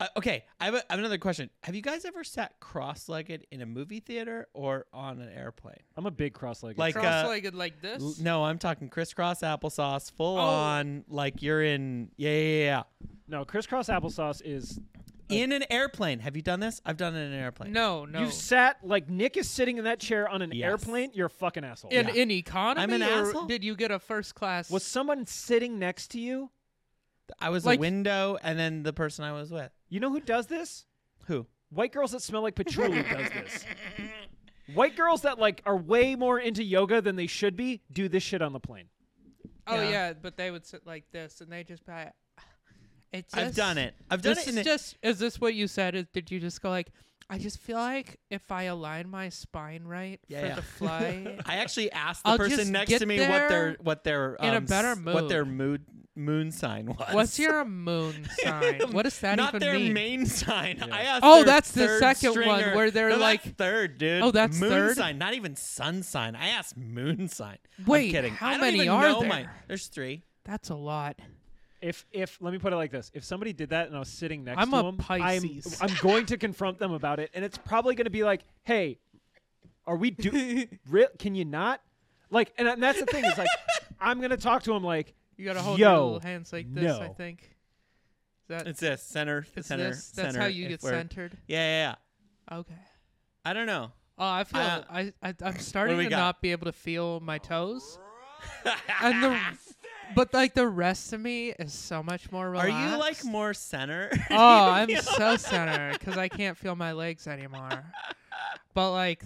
[SPEAKER 3] uh, okay, I have, a, I have another question. Have you guys ever sat cross-legged in a movie theater or on an airplane?
[SPEAKER 4] I'm a big cross-legged.
[SPEAKER 3] Like, uh,
[SPEAKER 5] Cross-legged like this.
[SPEAKER 3] L- No, I'm talking crisscross applesauce, full
[SPEAKER 5] Oh.
[SPEAKER 3] on, like you're in, yeah, yeah,
[SPEAKER 4] no, crisscross applesauce is
[SPEAKER 3] yeah. In an airplane. Have you done this? I've done it in an airplane.
[SPEAKER 5] no, no.
[SPEAKER 4] You've sat like Nick is sitting in that chair on an
[SPEAKER 3] Yes.
[SPEAKER 4] airplane. You're a fucking asshole.
[SPEAKER 5] in,
[SPEAKER 3] Yeah.
[SPEAKER 5] in economy,
[SPEAKER 3] I'm an
[SPEAKER 5] or
[SPEAKER 3] asshole?
[SPEAKER 5] did you get a first class?
[SPEAKER 4] Was someone sitting next to you?
[SPEAKER 3] I was
[SPEAKER 5] Like-
[SPEAKER 3] a window and then the person I was with.
[SPEAKER 4] You know who does this?
[SPEAKER 3] Who?
[SPEAKER 4] White girls that smell like patchouli does this. White girls that like are way more into yoga than they should be do this shit on the plane.
[SPEAKER 5] oh
[SPEAKER 3] yeah.
[SPEAKER 5] yeah. but they would sit like this, and they just buy. It just,
[SPEAKER 3] I've done it. I've done
[SPEAKER 5] this
[SPEAKER 3] it in
[SPEAKER 5] is
[SPEAKER 3] a-
[SPEAKER 5] just is this what you said is, did you just go like i just feel like if i align my spine right
[SPEAKER 3] Yeah,
[SPEAKER 5] for
[SPEAKER 3] yeah.
[SPEAKER 5] the flight
[SPEAKER 3] I actually asked the
[SPEAKER 5] I'll just
[SPEAKER 3] person next
[SPEAKER 5] get
[SPEAKER 3] to me what their
[SPEAKER 5] there
[SPEAKER 3] what their
[SPEAKER 5] in a
[SPEAKER 3] um,
[SPEAKER 5] better
[SPEAKER 3] s- what their
[SPEAKER 5] mood.
[SPEAKER 3] mood moon sign was.
[SPEAKER 5] what's your moon sign what does that
[SPEAKER 3] Not
[SPEAKER 5] even
[SPEAKER 3] their
[SPEAKER 5] mean
[SPEAKER 3] main sign. I asked
[SPEAKER 5] Oh,
[SPEAKER 3] their
[SPEAKER 5] that's the
[SPEAKER 3] third
[SPEAKER 5] second one
[SPEAKER 3] stringer.
[SPEAKER 5] where they're
[SPEAKER 3] No, that's
[SPEAKER 5] like-
[SPEAKER 3] third, dude.
[SPEAKER 5] Oh, that's
[SPEAKER 3] moon
[SPEAKER 5] third?
[SPEAKER 3] sign, not even sun sign. I asked moon sign. I'm
[SPEAKER 5] Wait,
[SPEAKER 3] kidding.
[SPEAKER 5] how
[SPEAKER 3] I don't
[SPEAKER 5] many
[SPEAKER 3] even
[SPEAKER 5] are
[SPEAKER 3] know
[SPEAKER 5] there?
[SPEAKER 3] my- There's three.
[SPEAKER 5] that's a lot
[SPEAKER 4] If if let me put it like this, if somebody did that and I was sitting next
[SPEAKER 5] I'm
[SPEAKER 4] to
[SPEAKER 5] a
[SPEAKER 4] them,
[SPEAKER 5] Pisces.
[SPEAKER 4] I'm I'm going to confront them about it, and it's probably going to be like, "Hey, are we do? re- can you not? Like, and, and that's the thing is like, I'm going to talk to them like,
[SPEAKER 5] you gotta hold your
[SPEAKER 4] Yo,
[SPEAKER 5] little hands like this i
[SPEAKER 4] no.
[SPEAKER 5] think Is that
[SPEAKER 3] It's this center,
[SPEAKER 5] is
[SPEAKER 3] center,
[SPEAKER 5] this that's
[SPEAKER 3] center,
[SPEAKER 5] how you
[SPEAKER 3] if
[SPEAKER 5] get
[SPEAKER 3] we're-
[SPEAKER 5] centered
[SPEAKER 3] Yeah, yeah, yeah.
[SPEAKER 5] okay
[SPEAKER 3] I don't know.
[SPEAKER 5] oh i feel
[SPEAKER 3] Uh,
[SPEAKER 5] I, I i'm starting
[SPEAKER 3] we
[SPEAKER 5] to
[SPEAKER 3] got?
[SPEAKER 5] not be able to feel my toes and the but like the rest of me is so much more
[SPEAKER 3] Are
[SPEAKER 5] relaxed
[SPEAKER 3] you like more center?
[SPEAKER 5] Oh, I'm so center because I can't feel my legs anymore. But like,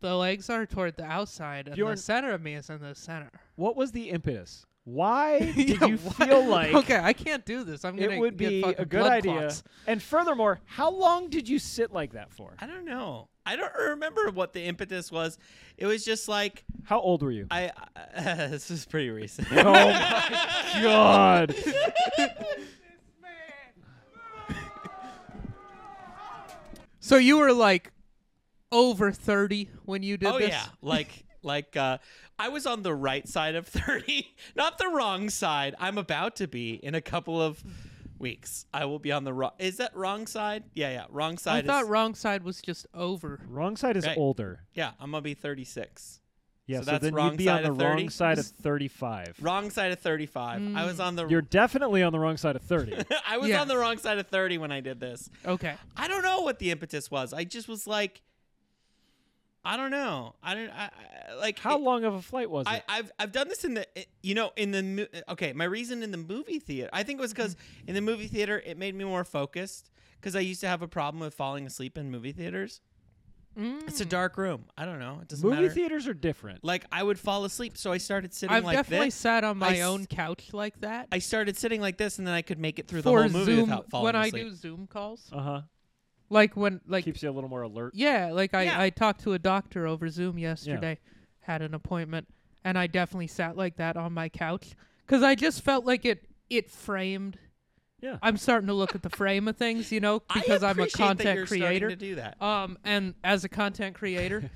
[SPEAKER 5] the legs are toward the outside, and
[SPEAKER 4] Bjorn-
[SPEAKER 5] the center of me is in the center.
[SPEAKER 4] "What was the impetus Why did
[SPEAKER 5] Yeah,
[SPEAKER 4] you
[SPEAKER 5] what?
[SPEAKER 4] feel like
[SPEAKER 5] okay, I can't do this. I'm gonna
[SPEAKER 4] it would
[SPEAKER 5] get
[SPEAKER 4] be
[SPEAKER 5] fucking
[SPEAKER 4] a good
[SPEAKER 5] blood
[SPEAKER 4] idea?
[SPEAKER 5] clots.
[SPEAKER 4] And furthermore, how long did you sit like that for?
[SPEAKER 3] I don't know. I don't remember what the impetus was. It was just like
[SPEAKER 4] How old were you?
[SPEAKER 3] I. Uh, this is pretty recent.
[SPEAKER 4] oh my god!
[SPEAKER 5] So you were like over thirty when you did
[SPEAKER 3] oh
[SPEAKER 5] this.
[SPEAKER 3] yeah, like like uh, I was on the right side of thirty, not the wrong side. I'm about to be in a couple of weeks. I will be on the wrong. Is that wrong side? Yeah, yeah, wrong
[SPEAKER 5] I
[SPEAKER 3] side.
[SPEAKER 5] thought
[SPEAKER 3] is,
[SPEAKER 5] wrong side was just over.
[SPEAKER 4] Wrong side is
[SPEAKER 3] Right.
[SPEAKER 4] older.
[SPEAKER 3] yeah, I'm gonna be 36.
[SPEAKER 4] Yeah,
[SPEAKER 3] So
[SPEAKER 4] so,
[SPEAKER 3] that's
[SPEAKER 4] then
[SPEAKER 3] wrong
[SPEAKER 4] you'd be on
[SPEAKER 3] side
[SPEAKER 4] the
[SPEAKER 3] of
[SPEAKER 4] wrong
[SPEAKER 3] 30?
[SPEAKER 4] side of 35.
[SPEAKER 3] Wrong side of 35. I was on the.
[SPEAKER 4] You're definitely on the wrong side of 30.
[SPEAKER 3] I was
[SPEAKER 5] Mm. Yeah.
[SPEAKER 3] on the wrong side of 30 when I did this.
[SPEAKER 5] Okay.
[SPEAKER 3] I don't know what the impetus was. I just was like, I don't know. I don't I, I- like
[SPEAKER 4] How
[SPEAKER 3] it-
[SPEAKER 4] long of a flight was it?
[SPEAKER 3] I, I've I've done this in the it- you know in the mo- okay my reason in the movie theater I think it was
[SPEAKER 5] Mm-hmm.
[SPEAKER 3] because in the movie theater it made me more focused because I used to have a problem with falling asleep in movie theaters. It's
[SPEAKER 5] Mm.
[SPEAKER 3] a dark room. I don't know. It doesn't
[SPEAKER 4] Movie
[SPEAKER 3] matter.
[SPEAKER 4] theaters are different.
[SPEAKER 3] like I would fall asleep, so I started sitting
[SPEAKER 5] I've
[SPEAKER 3] like
[SPEAKER 5] definitely
[SPEAKER 3] this.
[SPEAKER 5] sat on my
[SPEAKER 3] s-
[SPEAKER 5] own couch like that.
[SPEAKER 3] I started sitting like this, and then I could make it through the
[SPEAKER 5] for
[SPEAKER 3] whole movie
[SPEAKER 5] Zoom
[SPEAKER 3] without falling
[SPEAKER 5] when
[SPEAKER 3] asleep.
[SPEAKER 5] I do Zoom calls.
[SPEAKER 4] Uh huh.
[SPEAKER 5] Like when like
[SPEAKER 4] Keeps you a little more alert.
[SPEAKER 5] yeah, like I
[SPEAKER 3] Yeah.
[SPEAKER 5] I talked to a doctor over Zoom yesterday, had an appointment, and I definitely sat like that on my couch cuz I just felt like it it framed
[SPEAKER 4] Yeah.
[SPEAKER 5] I'm starting to look at the frame of things, you know,
[SPEAKER 3] I
[SPEAKER 5] because I'm a
[SPEAKER 3] appreciate that
[SPEAKER 5] content
[SPEAKER 3] you're starting
[SPEAKER 5] creator.
[SPEAKER 3] to do that.
[SPEAKER 5] Um, and as a content creator,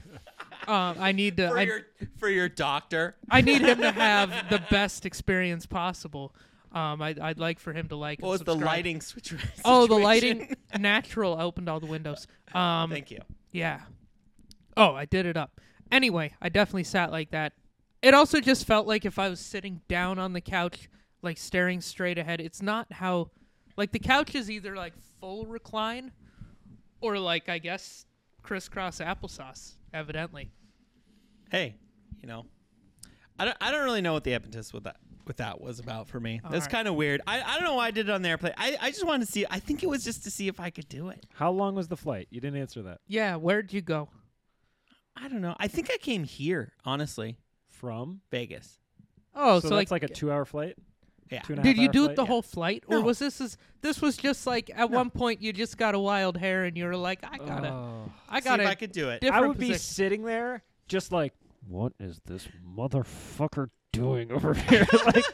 [SPEAKER 5] um, I need to
[SPEAKER 3] for
[SPEAKER 5] I,
[SPEAKER 3] your for your doctor.
[SPEAKER 5] I need him to have the best experience possible. Um, I, I'd like for him to like.
[SPEAKER 3] What
[SPEAKER 5] and
[SPEAKER 3] was the
[SPEAKER 5] subscribe.
[SPEAKER 3] lighting switch?
[SPEAKER 5] Oh, the
[SPEAKER 3] situation?
[SPEAKER 5] lighting natural I opened all the windows. Um,
[SPEAKER 3] Thank you.
[SPEAKER 5] yeah. Oh, I did it up. Anyway, I definitely sat like that. It also just felt like if I was sitting down on the couch, like staring straight ahead. It's not how, like the couch is either like full recline, or like I guess crisscross applesauce. Evidently,
[SPEAKER 3] Hey, you know, I don't I don't really know what the impetus with that with that was about for me. That's
[SPEAKER 5] right.
[SPEAKER 3] kind of weird. I, I don't know why I did it on the airplane. I, I just wanted to see. I think it was just to see if I could do it.
[SPEAKER 4] How long was the flight? You didn't answer that.
[SPEAKER 5] yeah. Where'd you go?
[SPEAKER 3] I don't know. I think I came here honestly,
[SPEAKER 4] From?
[SPEAKER 3] Vegas.
[SPEAKER 5] Oh,
[SPEAKER 4] so,
[SPEAKER 5] so,
[SPEAKER 4] that's like, a two hour flight?
[SPEAKER 3] Yeah.
[SPEAKER 4] Two and a half
[SPEAKER 5] Did you
[SPEAKER 4] hour
[SPEAKER 5] do
[SPEAKER 4] flight?
[SPEAKER 5] it the
[SPEAKER 4] Yeah.
[SPEAKER 5] whole flight, or
[SPEAKER 3] No.
[SPEAKER 5] was this is this was just like at one point you just got a wild hair and you were like, I gotta,
[SPEAKER 4] Oh.
[SPEAKER 5] I
[SPEAKER 3] See if
[SPEAKER 5] gotta.
[SPEAKER 3] I could do it.
[SPEAKER 5] different
[SPEAKER 4] I would be
[SPEAKER 5] position.
[SPEAKER 4] sitting there just like, what is this motherfucker doing over here? like,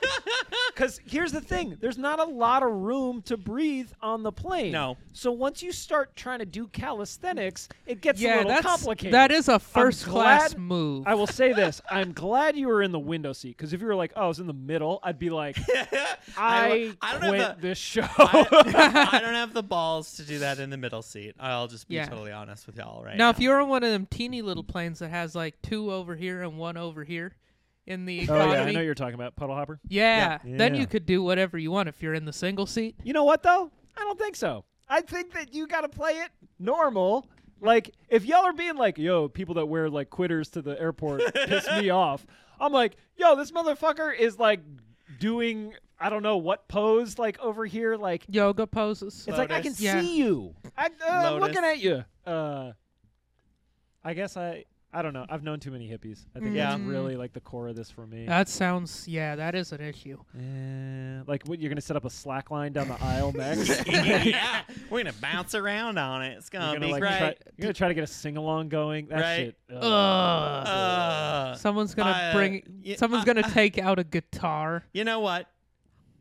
[SPEAKER 4] because here's the thing: there's not a lot of room to breathe on the plane.
[SPEAKER 3] No.
[SPEAKER 4] So once you start trying to do calisthenics, it gets a
[SPEAKER 5] yeah,
[SPEAKER 4] little
[SPEAKER 5] that's
[SPEAKER 4] complicated.
[SPEAKER 5] that is a
[SPEAKER 4] I'm
[SPEAKER 5] first class
[SPEAKER 4] glad-
[SPEAKER 5] move.
[SPEAKER 4] I will say this: I'm glad you were in the window seat because if you were like, "Oh, I was in the middle," I'd be like, "I,
[SPEAKER 3] I don't have
[SPEAKER 4] quit
[SPEAKER 3] the-
[SPEAKER 4] this show."
[SPEAKER 3] I, I don't have the balls to do that in the middle seat. I'll just be
[SPEAKER 5] Yeah.
[SPEAKER 3] totally honest with y'all right
[SPEAKER 5] now, if you're on one of them teeny little planes that has like two over here and one over here in the
[SPEAKER 4] oh
[SPEAKER 5] economy,
[SPEAKER 4] yeah, I know you're talking about puddle hopper.
[SPEAKER 5] yeah, then
[SPEAKER 4] Yeah.
[SPEAKER 5] you could do whatever you want if you're in the single seat.
[SPEAKER 4] You know what though? I don't think so. I think that you got to play it normal. Like if y'all are being like, "Yo, people that wear like quitters to the airport piss me off," I'm like, "Yo, this motherfucker is like doing I don't know what pose like over here. Like
[SPEAKER 5] Yoga poses.
[SPEAKER 4] it's like I can
[SPEAKER 3] Lotus.
[SPEAKER 5] Yeah.
[SPEAKER 4] see you. I, uh, I'm
[SPEAKER 3] Lotus.
[SPEAKER 4] looking at you. Uh, I guess I I don't know. I've known too many hippies. I think
[SPEAKER 3] Yeah.
[SPEAKER 4] that's really like the core of this for me.
[SPEAKER 3] Uh,
[SPEAKER 5] that sounds yeah, that is an issue.
[SPEAKER 4] Eh, like what you're gonna set up a slack line down the aisle next.
[SPEAKER 3] yeah, we're gonna bounce around on it. It's gonna,
[SPEAKER 4] You're gonna,
[SPEAKER 3] be
[SPEAKER 4] like,
[SPEAKER 3] great.
[SPEAKER 4] try, you're gonna try to get a sing along going. That
[SPEAKER 3] Um, Right.
[SPEAKER 4] shit. ugh.
[SPEAKER 5] Ugh.
[SPEAKER 3] Uh,
[SPEAKER 5] Someone's gonna
[SPEAKER 3] I, uh,
[SPEAKER 5] bring.
[SPEAKER 3] y-
[SPEAKER 5] someone's
[SPEAKER 3] I-
[SPEAKER 5] gonna take out a guitar.
[SPEAKER 3] you know what?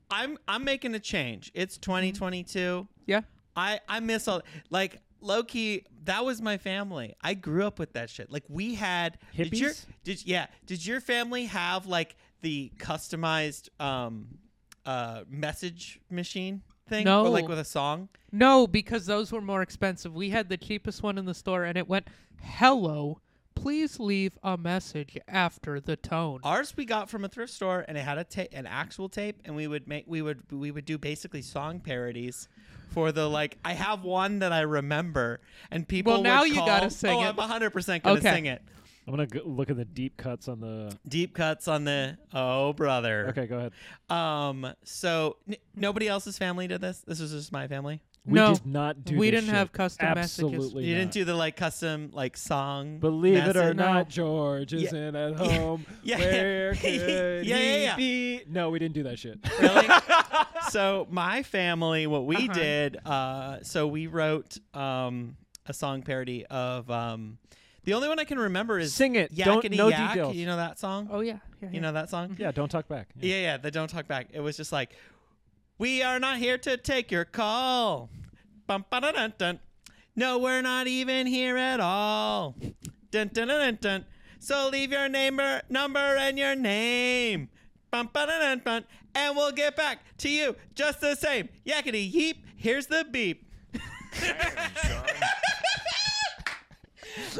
[SPEAKER 3] I'm I'm making a change. It's 2022.
[SPEAKER 5] Yeah.
[SPEAKER 3] I I miss all like low key. That was my family. I grew up with that shit. Like we had Did your,
[SPEAKER 4] Hippies?
[SPEAKER 3] did yeah? Did your family have like the customized um uh message machine thing?
[SPEAKER 5] No.
[SPEAKER 3] Or like with a song.
[SPEAKER 5] No, because those were more expensive. We had the cheapest one in the store, and it went, "Hello, please leave a message after the tone."
[SPEAKER 3] Ours we got from a thrift store, and it had a ta- an actual tape, and we would make we would we would do basically song parodies for the like. I have one that I remember, and people.
[SPEAKER 5] Well, now
[SPEAKER 3] would
[SPEAKER 5] you
[SPEAKER 3] call-
[SPEAKER 5] gotta sing
[SPEAKER 3] oh,
[SPEAKER 5] it.
[SPEAKER 3] I'm 100 percent gonna
[SPEAKER 5] Okay.
[SPEAKER 3] sing it.
[SPEAKER 4] I'm gonna go look at the deep cuts on the.
[SPEAKER 3] Deep cuts on the oh brother.
[SPEAKER 4] Okay, go ahead.
[SPEAKER 3] Um. So n- nobody else's family did this. This was just my family.
[SPEAKER 4] We
[SPEAKER 5] No,
[SPEAKER 4] did not do
[SPEAKER 5] we
[SPEAKER 4] this
[SPEAKER 5] didn't
[SPEAKER 4] shit.
[SPEAKER 5] have custom
[SPEAKER 4] Absolutely
[SPEAKER 5] messages.
[SPEAKER 3] You didn't
[SPEAKER 4] not.
[SPEAKER 3] do the like custom like song.
[SPEAKER 4] Believe it or
[SPEAKER 3] message?
[SPEAKER 5] No.
[SPEAKER 4] not, George
[SPEAKER 3] Yeah.
[SPEAKER 4] isn't at
[SPEAKER 3] Yeah.
[SPEAKER 4] home.
[SPEAKER 3] Yeah.
[SPEAKER 4] Where could
[SPEAKER 3] Yeah,
[SPEAKER 4] he
[SPEAKER 3] yeah, yeah.
[SPEAKER 4] be? No, we didn't do that shit.
[SPEAKER 3] really? so my family, what we
[SPEAKER 5] Uh-huh.
[SPEAKER 3] did, uh, so we wrote um, a song parody of um, the only one I can remember is
[SPEAKER 4] Sing it.
[SPEAKER 3] Yakety
[SPEAKER 4] Don't no
[SPEAKER 3] Yak.
[SPEAKER 4] details.
[SPEAKER 3] You know that song?
[SPEAKER 5] Oh yeah, yeah, yeah.
[SPEAKER 3] You know that song?
[SPEAKER 4] Yeah, don't talk back.
[SPEAKER 3] Yeah, yeah. The don't talk back. It was just like, we are not here to take your call. Bum, ba, da, dun, dun. No, we're not even here at all. Dun, dun, dun, dun, dun. So leave your number, number and your name. Bum, ba, da, dun, dun. And we'll get back to you just the same. Yakety yeep. Here's the beep.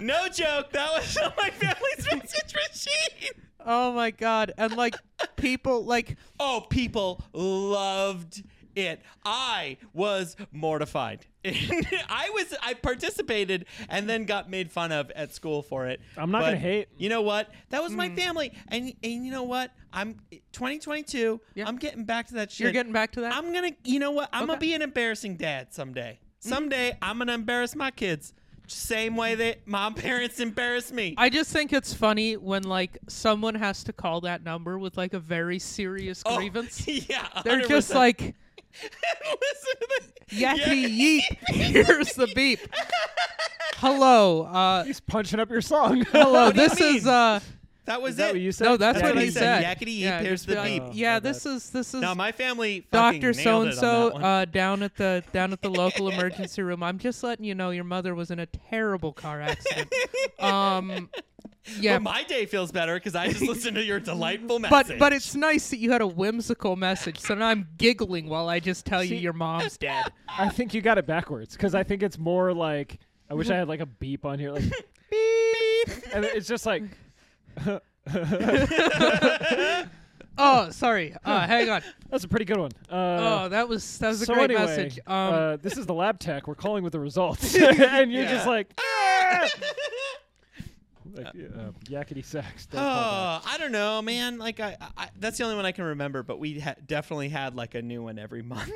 [SPEAKER 3] no joke. That was on my family's message machine.
[SPEAKER 5] Oh my god! And like people, like
[SPEAKER 3] Oh, people loved it. I was mortified. I was I participated and then got made fun of at school for it.
[SPEAKER 4] I'm not
[SPEAKER 3] But
[SPEAKER 4] gonna hate.
[SPEAKER 3] You know what? That was
[SPEAKER 5] Hmm.
[SPEAKER 3] my family, and and you know what? I'm 2022.
[SPEAKER 5] Yeah.
[SPEAKER 3] I'm getting back to that shit.
[SPEAKER 5] you're getting back to that.
[SPEAKER 3] I'm gonna. You know what? I'm gonna
[SPEAKER 5] Okay. Mm-hmm.
[SPEAKER 3] be an embarrassing dad someday. Someday I'm gonna embarrass my kids, same way that my parents embarrassed me.
[SPEAKER 5] I just think it's funny when like someone has to call that number with like a very serious
[SPEAKER 3] Oh,
[SPEAKER 5] grievance.
[SPEAKER 3] Yeah,
[SPEAKER 5] They're just
[SPEAKER 3] 100%.
[SPEAKER 5] like
[SPEAKER 3] Listen to the-
[SPEAKER 5] yakety
[SPEAKER 3] Yeah.
[SPEAKER 5] yeep. Here's the beep. Hello, uh,
[SPEAKER 4] He's punching up your song.
[SPEAKER 5] hello.
[SPEAKER 3] do you
[SPEAKER 5] this is
[SPEAKER 3] mean?
[SPEAKER 5] uh,
[SPEAKER 3] That was
[SPEAKER 4] Is that
[SPEAKER 3] it.
[SPEAKER 4] what you said?
[SPEAKER 5] no, that's
[SPEAKER 3] That's
[SPEAKER 5] what
[SPEAKER 3] what
[SPEAKER 5] he
[SPEAKER 3] I said.
[SPEAKER 5] said.
[SPEAKER 3] Yakety yeep,
[SPEAKER 5] Yeah,
[SPEAKER 3] here's
[SPEAKER 5] just
[SPEAKER 3] the
[SPEAKER 5] be like,
[SPEAKER 3] beep.
[SPEAKER 4] Oh,
[SPEAKER 5] yeah,
[SPEAKER 4] my
[SPEAKER 5] this is this is
[SPEAKER 3] Now my family
[SPEAKER 5] Doctor So
[SPEAKER 3] so
[SPEAKER 5] and So uh, down at the down at the local emergency room. I'm just letting you know your mother was in a terrible car accident. Um, yeah,
[SPEAKER 3] well, my day feels better because I just listened to your delightful message.
[SPEAKER 5] but but it's nice that you had a whimsical message. So now I'm giggling while I just tell you
[SPEAKER 4] See-
[SPEAKER 5] your mom's dead.
[SPEAKER 4] I think you got it backwards because I think it's more like I wish I had like a beep on here, like
[SPEAKER 3] beep.
[SPEAKER 4] and it's just like
[SPEAKER 5] Oh, sorry. Uh, hang on.
[SPEAKER 4] that's a pretty good one. Uh,
[SPEAKER 5] Oh, that was that was a
[SPEAKER 4] so
[SPEAKER 5] great
[SPEAKER 4] anyway,
[SPEAKER 5] message. Um,
[SPEAKER 4] uh, this is the lab tech. We're calling with the results, and you're just
[SPEAKER 3] Yeah.
[SPEAKER 4] like, "Ah!" like uh, yakety sax. don't call back.
[SPEAKER 3] Oh, I don't know, man. Like I, I, that's the only one I can remember. But we ha- definitely had like a new one every month.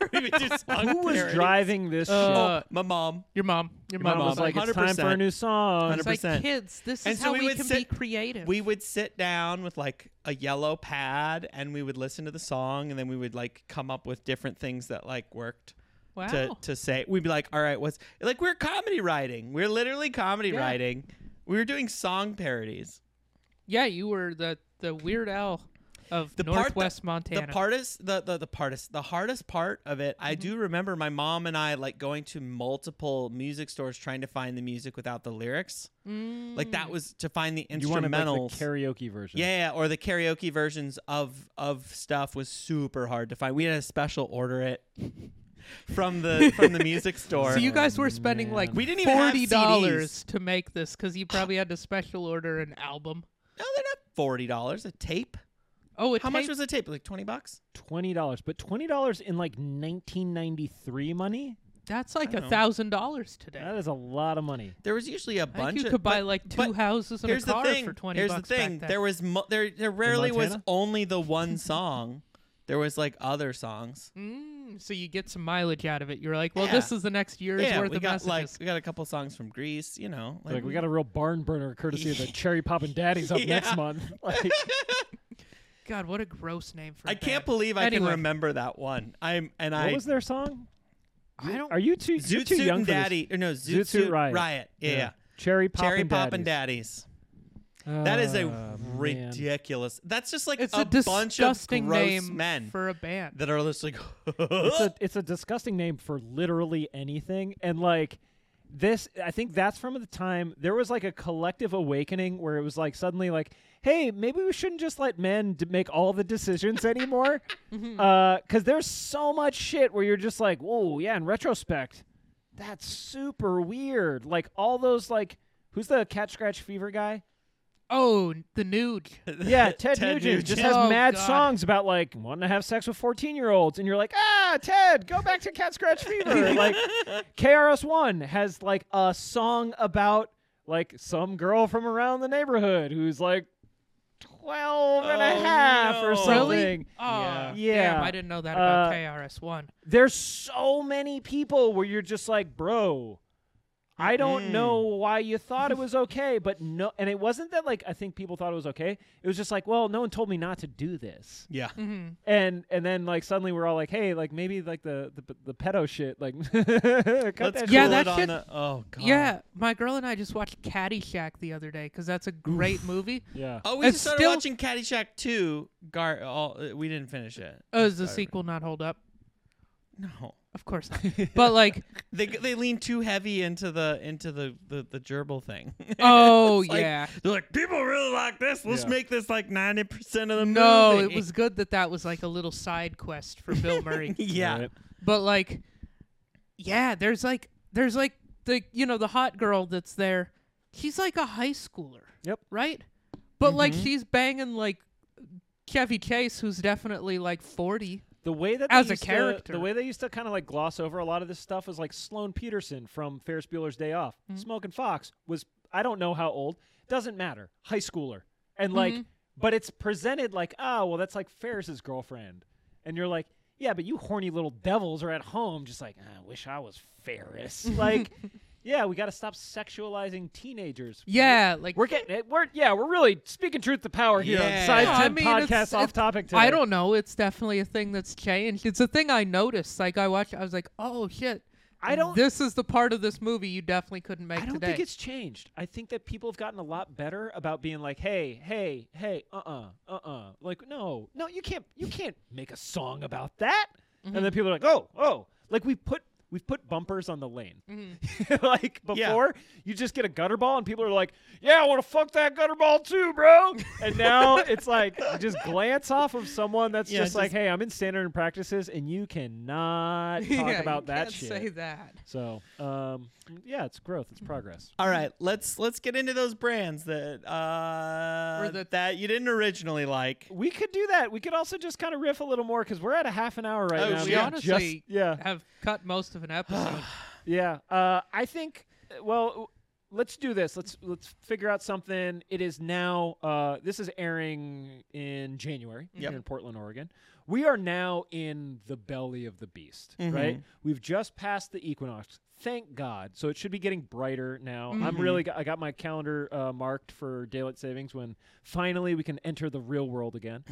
[SPEAKER 3] we would do song
[SPEAKER 4] Who was
[SPEAKER 3] parodies.
[SPEAKER 4] driving this? shit?
[SPEAKER 5] Uh,
[SPEAKER 3] Ah, Oh, my mom.
[SPEAKER 5] your mom. Your
[SPEAKER 4] Mom
[SPEAKER 5] mom
[SPEAKER 4] was like, it's time for a
[SPEAKER 3] 100%.
[SPEAKER 4] new song.
[SPEAKER 5] it's like
[SPEAKER 3] 100%.
[SPEAKER 5] kids. This
[SPEAKER 3] And
[SPEAKER 5] is
[SPEAKER 3] so
[SPEAKER 5] how
[SPEAKER 3] we
[SPEAKER 5] we,
[SPEAKER 3] would
[SPEAKER 5] can be
[SPEAKER 3] sit-
[SPEAKER 5] creative.
[SPEAKER 3] we would sit down with like a yellow pad and we would listen to the song and then we would like come up with different things that like worked
[SPEAKER 5] wow.
[SPEAKER 3] to to say we'd be like all right what's like we're comedy writing we're literally comedy
[SPEAKER 5] Yeah.
[SPEAKER 3] writing we were doing song parodies
[SPEAKER 5] yeah, you were the the weird owl of
[SPEAKER 3] The part that-
[SPEAKER 5] Northwest Montana. Mm-hmm.
[SPEAKER 3] the partest the, the the partest the hardest part of it i do remember my mom and i like going to multiple music stores trying to find the music without the lyrics like
[SPEAKER 5] Mm.
[SPEAKER 3] that was to find the
[SPEAKER 4] You wanted like,
[SPEAKER 3] instrumentals
[SPEAKER 4] the karaoke version.
[SPEAKER 3] Yeah, or the karaoke versions of of stuff was super hard to find. We had to special order it from the from the music store.
[SPEAKER 5] So you guys were spending
[SPEAKER 4] man.
[SPEAKER 5] like
[SPEAKER 3] we didn't even have
[SPEAKER 5] forty dollars
[SPEAKER 3] CDs.
[SPEAKER 5] to make this because you probably had to special order an album.
[SPEAKER 3] No, they're not forty dollars a tape.
[SPEAKER 5] Oh, it
[SPEAKER 3] How much
[SPEAKER 5] takes-
[SPEAKER 3] was a tape? Like twenty bucks?
[SPEAKER 4] twenty dollars, but twenty dollars in like nineteen ninety three money.
[SPEAKER 5] that's like
[SPEAKER 3] I
[SPEAKER 5] a
[SPEAKER 3] don't know.
[SPEAKER 5] thousand dollars today.
[SPEAKER 4] That is a lot of money.
[SPEAKER 3] There was usually a
[SPEAKER 5] I think
[SPEAKER 3] bunch.
[SPEAKER 5] you
[SPEAKER 3] of,
[SPEAKER 5] could buy
[SPEAKER 3] but-
[SPEAKER 5] like two
[SPEAKER 3] but
[SPEAKER 5] houses and
[SPEAKER 3] Here's
[SPEAKER 5] a
[SPEAKER 3] the
[SPEAKER 5] car
[SPEAKER 3] thing.
[SPEAKER 5] for twenty
[SPEAKER 3] Here's
[SPEAKER 5] bucks
[SPEAKER 3] the thing.
[SPEAKER 5] back then.
[SPEAKER 3] There was mo- there there rarely was
[SPEAKER 4] Montana?
[SPEAKER 3] only the one song. There was like other songs.
[SPEAKER 5] Mm, so you get some mileage out of it. You're like, well,
[SPEAKER 3] Yeah.
[SPEAKER 5] this is the next year's
[SPEAKER 3] yeah,
[SPEAKER 5] worth
[SPEAKER 3] we
[SPEAKER 5] of
[SPEAKER 3] got
[SPEAKER 5] messages.
[SPEAKER 3] like we got a couple songs from Greece. You know,
[SPEAKER 4] Like we got a real barn burner courtesy of the Cherry Poppin' Daddies up next
[SPEAKER 3] Yeah.
[SPEAKER 4] month. Like,
[SPEAKER 5] God, what a gross name for. a
[SPEAKER 3] I can't
[SPEAKER 5] band.
[SPEAKER 3] believe I
[SPEAKER 5] Anyway.
[SPEAKER 3] can remember that one. I'm and I
[SPEAKER 4] what was their song?
[SPEAKER 5] I don't.
[SPEAKER 4] Are you too? you're
[SPEAKER 3] Zoot
[SPEAKER 4] too
[SPEAKER 3] Suit
[SPEAKER 4] young
[SPEAKER 3] and
[SPEAKER 4] for this.
[SPEAKER 3] Daddy. Or no, Zoot,
[SPEAKER 4] Zoot Suit Riot.
[SPEAKER 3] Yeah. yeah.
[SPEAKER 4] Cherry Poppin'
[SPEAKER 3] Cherry Pop and
[SPEAKER 4] Daddies.
[SPEAKER 3] Daddies. That is a
[SPEAKER 4] Ah, man.
[SPEAKER 3] ridiculous. That's just like
[SPEAKER 5] It's
[SPEAKER 3] a,
[SPEAKER 5] a,
[SPEAKER 3] bunch of
[SPEAKER 5] disgusting
[SPEAKER 3] gross
[SPEAKER 5] name
[SPEAKER 3] men
[SPEAKER 5] for a band.
[SPEAKER 3] that are just like.
[SPEAKER 4] it's a it's a disgusting name for literally anything and like this i think that's from the time there was like a collective awakening where it was like suddenly like hey maybe we shouldn't just let men d- make all the decisions anymore
[SPEAKER 3] Mm-hmm.
[SPEAKER 4] because there's so much shit where you're just like whoa yeah in retrospect that's super weird like all those like who's the cat scratch fever guy
[SPEAKER 5] oh, the nude.
[SPEAKER 4] yeah ted,
[SPEAKER 3] Ted
[SPEAKER 4] nugent,
[SPEAKER 3] Nugent.
[SPEAKER 4] just has
[SPEAKER 5] Oh,
[SPEAKER 4] mad
[SPEAKER 5] God.
[SPEAKER 4] songs about like wanting to have sex with 14 year olds and you're like ah ted go back to cat scratch fever like KRS1 has like a song about like some girl from around the neighborhood who's like twelve and a half
[SPEAKER 3] Oh,
[SPEAKER 4] or
[SPEAKER 3] no.
[SPEAKER 4] something.
[SPEAKER 5] Really? Oh,
[SPEAKER 3] Yeah.
[SPEAKER 5] Damn,
[SPEAKER 4] Yeah.
[SPEAKER 5] I didn't know that about
[SPEAKER 4] Uh,
[SPEAKER 5] KRS One.
[SPEAKER 4] There's so many people where you're just like, bro, I don't
[SPEAKER 3] Mm.
[SPEAKER 4] know why you thought it was okay, but no, and it wasn't that like I think people thought it was okay. It was just like, well, no one told me not to do this,
[SPEAKER 3] Yeah.
[SPEAKER 5] Mm-hmm.
[SPEAKER 4] and and then like suddenly we're all like, hey, like maybe like the the, the pedo shit, like cut
[SPEAKER 3] Let's
[SPEAKER 4] that
[SPEAKER 3] cool
[SPEAKER 5] Yeah,
[SPEAKER 4] shit.
[SPEAKER 5] that
[SPEAKER 3] it on
[SPEAKER 5] shit-
[SPEAKER 3] the. Oh god.
[SPEAKER 5] Yeah, my girl and I just watched Caddyshack the other day because that's a great movie.
[SPEAKER 4] yeah.
[SPEAKER 3] Oh, we
[SPEAKER 5] It's
[SPEAKER 3] just started
[SPEAKER 5] still-
[SPEAKER 3] watching Caddyshack 2. Gar, all, uh, we didn't finish it.
[SPEAKER 5] Oh, does the
[SPEAKER 3] Sorry.
[SPEAKER 5] sequel not hold up?
[SPEAKER 3] No,
[SPEAKER 5] Of course not. But like,
[SPEAKER 3] they they lean too heavy into the into the the, the gerbil thing.
[SPEAKER 5] oh
[SPEAKER 3] It's like-
[SPEAKER 5] yeah,
[SPEAKER 3] They're like, people really like this. Let's
[SPEAKER 4] Yeah.
[SPEAKER 3] make this like ninety percent of the
[SPEAKER 5] no,
[SPEAKER 3] movie.
[SPEAKER 5] it was good that that was like a little side quest for Bill Murray.
[SPEAKER 3] yeah.
[SPEAKER 4] Right.
[SPEAKER 5] but like, yeah, there's like, there's like the you know the hot girl that's there. She's like a high schooler.
[SPEAKER 4] Yep. Mm-hmm.
[SPEAKER 5] Right. But like she's banging like Chevy Chase, who's definitely like forty.
[SPEAKER 4] The way that they
[SPEAKER 5] As a
[SPEAKER 4] used to-
[SPEAKER 5] character.
[SPEAKER 4] the way they used to kind of like gloss over a lot of this stuff was like Sloan Peterson from Ferris Bueller's Day Off,
[SPEAKER 5] Mm-hmm.
[SPEAKER 4] Smoking Fox was I don't know how old, doesn't matter, high schooler, and like,
[SPEAKER 5] Mm-hmm.
[SPEAKER 4] but it's presented like ah well that's like Ferris's girlfriend, and you're like yeah but you horny little devils are at home just like I wish I was Ferris like yeah we got to stop sexualizing teenagers
[SPEAKER 5] Yeah, like
[SPEAKER 4] we're getting it we're yeah we're really speaking truth to power here
[SPEAKER 3] Yeah.
[SPEAKER 4] on Size
[SPEAKER 5] Yeah, I
[SPEAKER 4] Ten
[SPEAKER 5] mean,
[SPEAKER 4] podcast
[SPEAKER 5] it's- it's-
[SPEAKER 4] off topic today
[SPEAKER 5] I don't know. It's definitely a thing that's changed. It's a thing I noticed. Like I watched, I was like, oh shit.
[SPEAKER 4] I don't
[SPEAKER 5] This is the part of this movie you definitely couldn't make
[SPEAKER 4] I don't
[SPEAKER 5] today.
[SPEAKER 4] think it's changed. I think that people have gotten a lot better about being like, hey, hey, hey, uh uh-uh, uh, Like, no, no, you can't you can't make a song about that.
[SPEAKER 5] Mm-hmm.
[SPEAKER 4] And then people are like, oh, oh. Like we put we've put bumpers on the lane.
[SPEAKER 5] Mm-hmm.
[SPEAKER 4] like
[SPEAKER 3] Yeah.
[SPEAKER 4] before, you just get a gutter ball and people are like, Yeah, I wanna fuck that gutter ball too, bro. and now it's like you just glance off of someone that's
[SPEAKER 3] Yeah,
[SPEAKER 4] just, like,
[SPEAKER 3] just-
[SPEAKER 4] hey, I'm in standard and practices and you cannot talk
[SPEAKER 5] yeah,
[SPEAKER 4] about
[SPEAKER 5] you
[SPEAKER 4] that
[SPEAKER 5] can't
[SPEAKER 4] shit.
[SPEAKER 5] Say that.
[SPEAKER 4] So, um, yeah, it's growth, it's progress.
[SPEAKER 3] All right, let's let's get into those brands that uh
[SPEAKER 5] Or the-
[SPEAKER 3] that you didn't originally like.
[SPEAKER 4] We could do that. We could also just kind of riff a little more because we're at a half an hour right
[SPEAKER 3] Oh,
[SPEAKER 4] now.
[SPEAKER 3] shit.
[SPEAKER 5] we
[SPEAKER 4] Yeah,
[SPEAKER 5] honestly
[SPEAKER 4] just, yeah,
[SPEAKER 5] have cut most of an episode.
[SPEAKER 4] yeah. Uh, I think. Well, w- let's do this. Let's let's figure out something. It is now. Uh, this is airing in January
[SPEAKER 3] Yep.
[SPEAKER 4] here in Portland, Oregon. We are now in the belly of the beast. Right. We've just passed the equinox. Thank God. So it should be getting brighter now. I'm
[SPEAKER 5] Mm-hmm.
[SPEAKER 4] really. g- I got my calendar uh, marked for daylight savings when finally we can enter the real world again.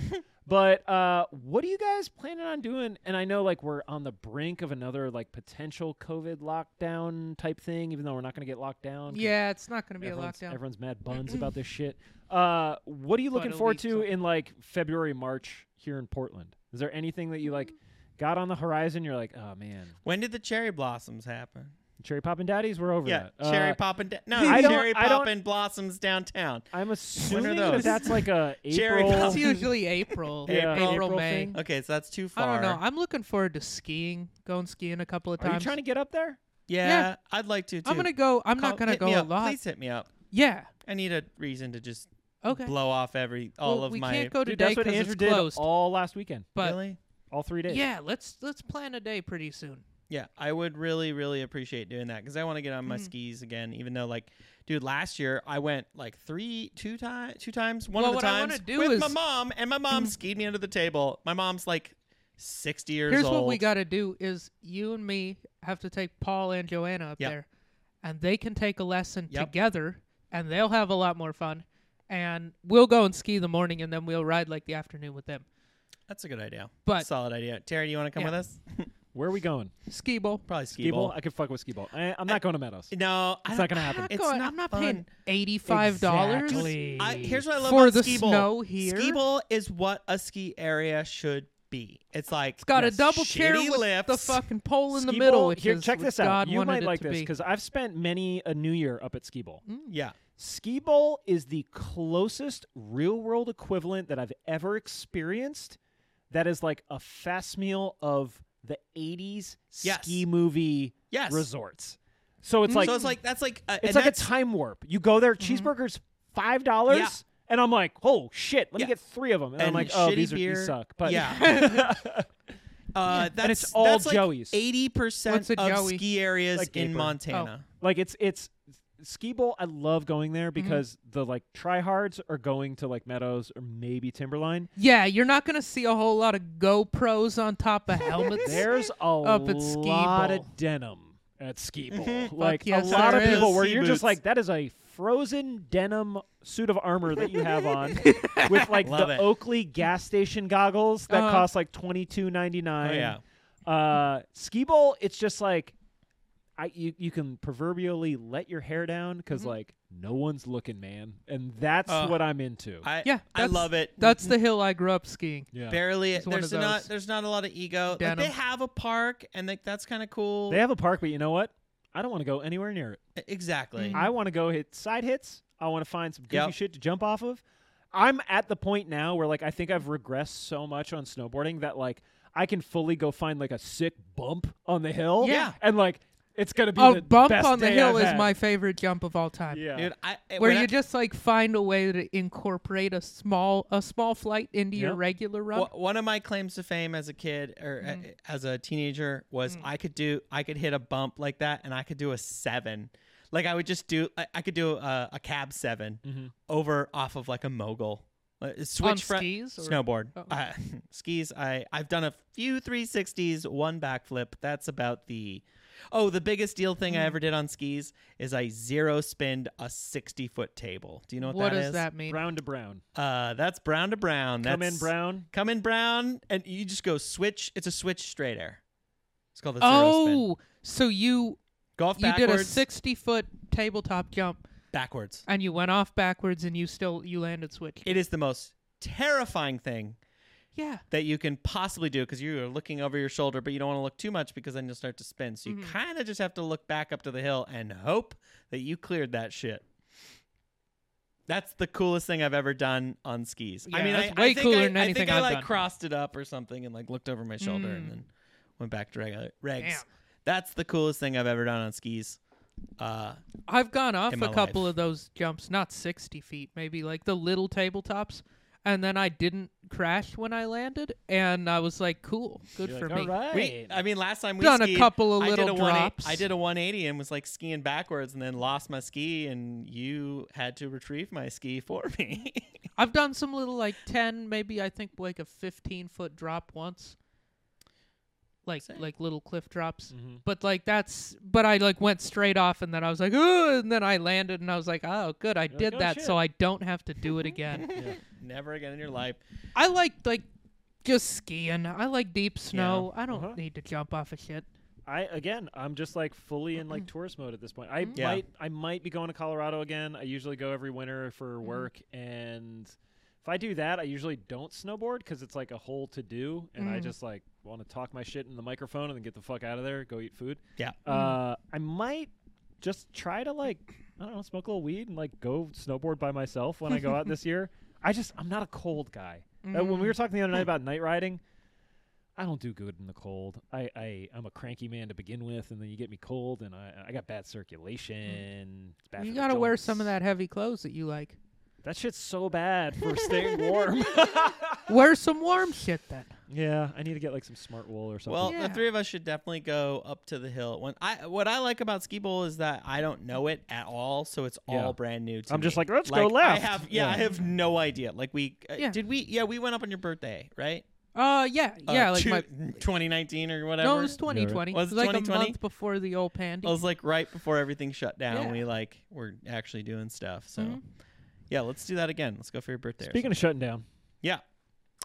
[SPEAKER 4] But uh, what are you guys planning on doing? And I know like we're on the brink of another like potential COVID lockdown type thing, even though we're not going to get locked down. 'cause
[SPEAKER 5] yeah, it's not going to be a
[SPEAKER 4] everyone's,
[SPEAKER 5] lockdown.
[SPEAKER 4] everyone's mad buns about this shit. Uh, what are you
[SPEAKER 5] But
[SPEAKER 4] looking
[SPEAKER 5] it'll
[SPEAKER 4] forward
[SPEAKER 5] be
[SPEAKER 4] to
[SPEAKER 5] some-
[SPEAKER 4] in like February, March here in Portland? Is there anything that you like
[SPEAKER 5] Mm.
[SPEAKER 4] got on the horizon? You're like, oh man,
[SPEAKER 3] When did the cherry blossoms happen?
[SPEAKER 4] cherry poppin' daddies, we're over
[SPEAKER 3] Yeah,
[SPEAKER 4] that. Uh,
[SPEAKER 3] cherry poppin' da- no,
[SPEAKER 4] I don't-
[SPEAKER 3] cherry
[SPEAKER 4] I don't-
[SPEAKER 3] poppin' blossoms downtown.
[SPEAKER 4] I'm assuming
[SPEAKER 3] those?
[SPEAKER 4] that that's like a
[SPEAKER 3] Cherry
[SPEAKER 4] April.
[SPEAKER 5] it's usually April,
[SPEAKER 4] Yeah,
[SPEAKER 5] April,
[SPEAKER 4] April
[SPEAKER 5] May.
[SPEAKER 4] thing.
[SPEAKER 3] Okay, so that's too
[SPEAKER 5] I
[SPEAKER 3] far.
[SPEAKER 5] don't know. I'm looking forward to skiing, going skiing a couple of
[SPEAKER 4] Are
[SPEAKER 5] times.
[SPEAKER 4] you trying to get up there?
[SPEAKER 3] Yeah,
[SPEAKER 5] Yeah.
[SPEAKER 3] I'd like to. Too.
[SPEAKER 5] I'm gonna go. I'm not
[SPEAKER 3] Call-
[SPEAKER 5] gonna
[SPEAKER 3] hit
[SPEAKER 5] go
[SPEAKER 3] me
[SPEAKER 5] a
[SPEAKER 3] up.
[SPEAKER 5] lot.
[SPEAKER 3] Please hit me up.
[SPEAKER 5] Yeah.
[SPEAKER 3] I need a reason to just
[SPEAKER 5] Okay.
[SPEAKER 3] blow off every all
[SPEAKER 5] Well,
[SPEAKER 3] of
[SPEAKER 5] we
[SPEAKER 3] my.
[SPEAKER 5] can't go
[SPEAKER 4] Dude,
[SPEAKER 5] today
[SPEAKER 4] that's what
[SPEAKER 5] because
[SPEAKER 4] Andrew
[SPEAKER 5] it's
[SPEAKER 4] did
[SPEAKER 5] closed.
[SPEAKER 4] all last weekend,
[SPEAKER 5] but
[SPEAKER 3] really?
[SPEAKER 4] all three days.
[SPEAKER 5] yeah, let's let's plan a day pretty soon.
[SPEAKER 3] Yeah, I would really, really appreciate doing that because I want to get on my
[SPEAKER 5] Mm-hmm.
[SPEAKER 3] skis again. Even though, like, dude, last year I went like three, two times, two times. One
[SPEAKER 5] Well,
[SPEAKER 3] of the
[SPEAKER 5] what I
[SPEAKER 3] times
[SPEAKER 5] wanna do
[SPEAKER 3] with
[SPEAKER 5] is- Mm-hmm.
[SPEAKER 3] my mom, and my mom skied me under the table. My mom's like sixty years
[SPEAKER 5] Here's
[SPEAKER 3] old.
[SPEAKER 5] what we got to do: is you and me have to take Paul and Joanna up
[SPEAKER 3] Yep.
[SPEAKER 5] there, and they can take a lesson
[SPEAKER 3] Yep.
[SPEAKER 5] together, and they'll have a lot more fun. And we'll go and ski the morning, and then we'll ride like the afternoon with them.
[SPEAKER 3] That's a good idea.
[SPEAKER 5] But-
[SPEAKER 3] solid idea. Terry, do you want to come
[SPEAKER 5] Yeah.
[SPEAKER 3] with us?
[SPEAKER 4] Where are we going?
[SPEAKER 5] Ski bowl.
[SPEAKER 3] Probably ski,
[SPEAKER 4] Skee
[SPEAKER 3] bowl.
[SPEAKER 4] I could fuck with skee ball. I, I'm not going to Meadows.
[SPEAKER 3] No, I
[SPEAKER 4] It's
[SPEAKER 3] don't-
[SPEAKER 4] not gonna happen.
[SPEAKER 5] I'm not,
[SPEAKER 3] It's
[SPEAKER 5] going,
[SPEAKER 3] not
[SPEAKER 5] I'm not
[SPEAKER 3] fun.
[SPEAKER 5] paying eighty-five dollars.
[SPEAKER 4] Exactly.
[SPEAKER 3] I, here's what I love
[SPEAKER 5] For
[SPEAKER 3] about
[SPEAKER 5] the
[SPEAKER 3] ski bowl.
[SPEAKER 5] snow here?
[SPEAKER 3] Ski bowl is what a ski area should be. It's like
[SPEAKER 5] It's got a
[SPEAKER 3] yes,
[SPEAKER 5] double chair
[SPEAKER 3] shitty
[SPEAKER 5] with
[SPEAKER 3] lifts.
[SPEAKER 5] the fucking pole in the
[SPEAKER 4] Skee
[SPEAKER 5] middle.
[SPEAKER 4] Bowl-
[SPEAKER 5] which
[SPEAKER 4] here,
[SPEAKER 5] is
[SPEAKER 4] check
[SPEAKER 5] what
[SPEAKER 4] this
[SPEAKER 5] God
[SPEAKER 4] out. You
[SPEAKER 5] wanted
[SPEAKER 4] might
[SPEAKER 5] it
[SPEAKER 4] like
[SPEAKER 5] to
[SPEAKER 4] this
[SPEAKER 5] be. Mm.
[SPEAKER 4] because I've spent many a New Year up at Skee Bowl.
[SPEAKER 3] Yeah.
[SPEAKER 4] Skee Bowl is the closest real world equivalent that I've ever experienced. That is like a fast meal of the '80s
[SPEAKER 3] Yes.
[SPEAKER 4] ski movie
[SPEAKER 3] Yes.
[SPEAKER 4] resorts. Mm. So it's like
[SPEAKER 3] so it's like that's like a,
[SPEAKER 4] it's
[SPEAKER 3] and
[SPEAKER 4] like a
[SPEAKER 3] that's- Mm-hmm.
[SPEAKER 4] time warp. You go there, cheeseburgers five dollars,
[SPEAKER 3] Yeah.
[SPEAKER 4] and I'm like, oh shit, let
[SPEAKER 3] Yeah.
[SPEAKER 4] me get three of them. And,
[SPEAKER 3] And
[SPEAKER 4] I'm like, oh,
[SPEAKER 3] shitty
[SPEAKER 4] these, are,
[SPEAKER 3] beer.
[SPEAKER 4] these suck. But
[SPEAKER 3] Yeah. Uh, that's,
[SPEAKER 4] And it's all
[SPEAKER 3] that's
[SPEAKER 4] Joey's.
[SPEAKER 3] Eighty percent
[SPEAKER 5] What's
[SPEAKER 3] of
[SPEAKER 5] a Joey?
[SPEAKER 3] ski areas
[SPEAKER 4] Like Oh.
[SPEAKER 3] in
[SPEAKER 4] Gaper.
[SPEAKER 3] Montana.
[SPEAKER 4] Like it's it's Ski Bowl, I love going there
[SPEAKER 3] Mm-hmm.
[SPEAKER 4] because the like tryhards are going to like Meadows or maybe Timberline.
[SPEAKER 5] Yeah, you're not gonna see a whole lot of GoPros on top of helmets.
[SPEAKER 4] There's a
[SPEAKER 5] Up at Ski
[SPEAKER 4] lot
[SPEAKER 5] Bowl.
[SPEAKER 4] of denim at Ski Bowl.
[SPEAKER 3] Mhm.
[SPEAKER 4] like
[SPEAKER 5] Fuck
[SPEAKER 4] a
[SPEAKER 5] yes,
[SPEAKER 4] lot
[SPEAKER 5] there
[SPEAKER 4] of people
[SPEAKER 3] is.
[SPEAKER 4] where
[SPEAKER 3] Sea
[SPEAKER 4] you're just
[SPEAKER 3] boots.
[SPEAKER 4] like that is a frozen denim suit of armor that you have on with like
[SPEAKER 3] Love
[SPEAKER 4] the
[SPEAKER 3] it.
[SPEAKER 4] Oakley gas station goggles that
[SPEAKER 5] Uh-huh.
[SPEAKER 4] cost like twenty two ninety nine.
[SPEAKER 3] Oh yeah.
[SPEAKER 4] Uh, Ski Bowl, it's just like I you, you can proverbially let your hair down because
[SPEAKER 5] Mhm.
[SPEAKER 4] like no one's looking, man, and that's
[SPEAKER 3] Mm-hmm. Uh,
[SPEAKER 4] what I'm into.
[SPEAKER 3] I
[SPEAKER 5] Yeah,
[SPEAKER 3] I
[SPEAKER 5] that's-
[SPEAKER 3] love it.
[SPEAKER 5] That's the hill I grew up skiing.
[SPEAKER 4] yeah,
[SPEAKER 3] Barely.
[SPEAKER 5] It's one of
[SPEAKER 3] there's not.
[SPEAKER 5] those.
[SPEAKER 3] There's not a lot of ego. Like,
[SPEAKER 5] Denim.
[SPEAKER 3] they have a park, and like that's kind of cool.
[SPEAKER 4] they have a park, but you know what? I don't want to go anywhere near it.
[SPEAKER 3] exactly.
[SPEAKER 5] Mhm.
[SPEAKER 4] I want to go hit side hits. I want to find some goofy
[SPEAKER 3] Mm. Yep.
[SPEAKER 4] shit to jump off of. I'm at the point now where like I think I've regressed so much on snowboarding that like I can fully go find like a sick bump on the hill.
[SPEAKER 3] Yeah.
[SPEAKER 4] and like it's gonna be
[SPEAKER 5] A
[SPEAKER 4] the
[SPEAKER 5] bump
[SPEAKER 4] best
[SPEAKER 5] on the
[SPEAKER 4] day
[SPEAKER 5] hill
[SPEAKER 4] I've
[SPEAKER 5] is
[SPEAKER 4] had.
[SPEAKER 5] my favorite jump of all time.
[SPEAKER 4] yeah.
[SPEAKER 3] Dude, I,
[SPEAKER 5] Where
[SPEAKER 3] when I-
[SPEAKER 5] you just like find a way to incorporate a small a small flight into your
[SPEAKER 4] Yeah.
[SPEAKER 5] regular run.
[SPEAKER 3] Wh- one of my claims to fame as a kid or uh,
[SPEAKER 5] Mm.
[SPEAKER 3] as a teenager was I could do I could hit a bump like that and I could do a seven. Like I would just do I, I could do a, a cab 7
[SPEAKER 4] Mm-hmm.
[SPEAKER 3] over off of like a mogul. Uh, Switch
[SPEAKER 5] On
[SPEAKER 3] fro-
[SPEAKER 5] skis or-
[SPEAKER 3] snowboard
[SPEAKER 5] Oh.
[SPEAKER 3] uh, skis. I I've done a few 360s, one backflip. That's about the oh the biggest deal thing
[SPEAKER 5] Mm.
[SPEAKER 3] I ever did on skis is I zero spinned a 60 foot table. Do you know what,
[SPEAKER 5] what
[SPEAKER 3] that
[SPEAKER 5] does
[SPEAKER 3] is?
[SPEAKER 5] that mean?
[SPEAKER 4] brown to brown.
[SPEAKER 3] Uh, that's brown to brown. That's
[SPEAKER 4] Come in brown.
[SPEAKER 3] come in brown and you just go switch it's a switch straight air it's called a zero spin
[SPEAKER 5] Oh, so you
[SPEAKER 3] go off
[SPEAKER 5] you did
[SPEAKER 3] backwards
[SPEAKER 5] a sixty foot tabletop jump
[SPEAKER 3] backwards
[SPEAKER 5] and you went off backwards and you still you landed switch.
[SPEAKER 3] it is the most terrifying thing
[SPEAKER 5] yeah.
[SPEAKER 3] that you can possibly do because you're looking over your shoulder but you don't want to look too much because then you'll start to spin so you
[SPEAKER 5] Mm-hmm.
[SPEAKER 3] kind of just have to look back up to the hill and hope that you cleared that shit that's the coolest thing I've ever done on skis. I
[SPEAKER 5] Yeah,
[SPEAKER 3] mean,
[SPEAKER 5] that's
[SPEAKER 3] I,
[SPEAKER 5] way
[SPEAKER 3] I think
[SPEAKER 5] cooler
[SPEAKER 3] I,
[SPEAKER 5] than
[SPEAKER 3] I
[SPEAKER 5] anything
[SPEAKER 3] think I
[SPEAKER 5] I've
[SPEAKER 3] like
[SPEAKER 5] done.
[SPEAKER 3] crossed it up or something and like looked over my shoulder
[SPEAKER 5] Mm.
[SPEAKER 3] and then went back to regular regs.
[SPEAKER 5] Damn.
[SPEAKER 3] That's the coolest thing I've ever done on skis. Uh,
[SPEAKER 5] I've gone off
[SPEAKER 3] in
[SPEAKER 5] a
[SPEAKER 3] my
[SPEAKER 5] couple
[SPEAKER 3] life.
[SPEAKER 5] of those jumps, not 60 feet, maybe like the little tabletops, and then I didn't crash when I landed, and I was like, cool, good
[SPEAKER 4] You're
[SPEAKER 5] for
[SPEAKER 4] like,
[SPEAKER 5] me.
[SPEAKER 4] All right.
[SPEAKER 3] we, I mean, last time we
[SPEAKER 5] Done a
[SPEAKER 3] skied,
[SPEAKER 5] couple of
[SPEAKER 3] I did
[SPEAKER 5] little
[SPEAKER 3] a 180
[SPEAKER 5] drops.
[SPEAKER 3] I did a 180 and was like skiing backwards and then lost my ski, and you had to retrieve my ski for me.
[SPEAKER 5] I've done some little like 10, maybe I think like a 15 foot drop once, like
[SPEAKER 3] Same.
[SPEAKER 5] like little cliff drops.
[SPEAKER 4] Mhm.
[SPEAKER 5] But like that's, but I like went straight off, and then I was like, oh, and then I landed, and I was like, oh, good, I
[SPEAKER 4] like,
[SPEAKER 5] did
[SPEAKER 4] "Oh,
[SPEAKER 5] that,
[SPEAKER 4] shit."
[SPEAKER 5] so I don't have to do it again.
[SPEAKER 3] Never again in your life.
[SPEAKER 5] I like like just skiing. I like deep snow. I don't
[SPEAKER 4] Uh-huh.
[SPEAKER 5] need to jump off of shit.
[SPEAKER 4] I again, I'm just like fully in like tourist mode at this point. I
[SPEAKER 3] Yeah.
[SPEAKER 4] might, I might be going to Colorado again. I usually go every winter for work, and if I do that, I usually don't snowboard because it's like a whole to do, and I
[SPEAKER 5] Mhm.
[SPEAKER 4] just like want to talk my shit in the microphone and then get the fuck out of there, go eat food.
[SPEAKER 3] Yeah.
[SPEAKER 5] Mm.
[SPEAKER 4] Uh, I might just try to like, I don't know, smoke a little weed and like go snowboard by myself when I go out this year. I just, I'm not a cold guy. Uh, when we
[SPEAKER 5] Mm.
[SPEAKER 4] were talking the other night about night riding, I don't do good in the cold. I, I I'm a cranky man to begin with, and then you get me cold, and I I got bad circulation. It's bad.
[SPEAKER 5] You
[SPEAKER 4] for the
[SPEAKER 5] gotta wear some
[SPEAKER 4] joints.
[SPEAKER 5] of that heavy clothes that you like.
[SPEAKER 4] That shit's so bad for staying warm.
[SPEAKER 5] wear some warm shit then.
[SPEAKER 4] yeah, I need to get like some smart wool or something.
[SPEAKER 3] Well,
[SPEAKER 5] Yeah.
[SPEAKER 3] the three of us should definitely go up to the hill. When I what I like about Ski Bowl is that I don't know it at all, so it's
[SPEAKER 4] Yeah.
[SPEAKER 3] all brand new to
[SPEAKER 4] I'm
[SPEAKER 3] me.
[SPEAKER 4] just like, let's
[SPEAKER 3] like,
[SPEAKER 4] go
[SPEAKER 3] I
[SPEAKER 4] left.
[SPEAKER 3] have yeah, I
[SPEAKER 4] Yeah.
[SPEAKER 3] have no idea. Like we uh,
[SPEAKER 5] Yeah.
[SPEAKER 3] did we yeah, we went up on your birthday, right?
[SPEAKER 5] Uh, yeah,
[SPEAKER 3] Uh,
[SPEAKER 5] yeah, like
[SPEAKER 3] two-
[SPEAKER 5] my.
[SPEAKER 3] 2019 or whatever.
[SPEAKER 5] No, it was 2020.
[SPEAKER 3] Was it
[SPEAKER 5] like a
[SPEAKER 3] 2020?
[SPEAKER 5] month before the old pandy.
[SPEAKER 3] It was like right before everything shut down.
[SPEAKER 5] Yeah.
[SPEAKER 3] We like were actually doing stuff. So
[SPEAKER 5] Mhm.
[SPEAKER 3] yeah, let's do that again. Let's go for your birthday. or
[SPEAKER 4] Speaking of shutting down,
[SPEAKER 3] something. yeah,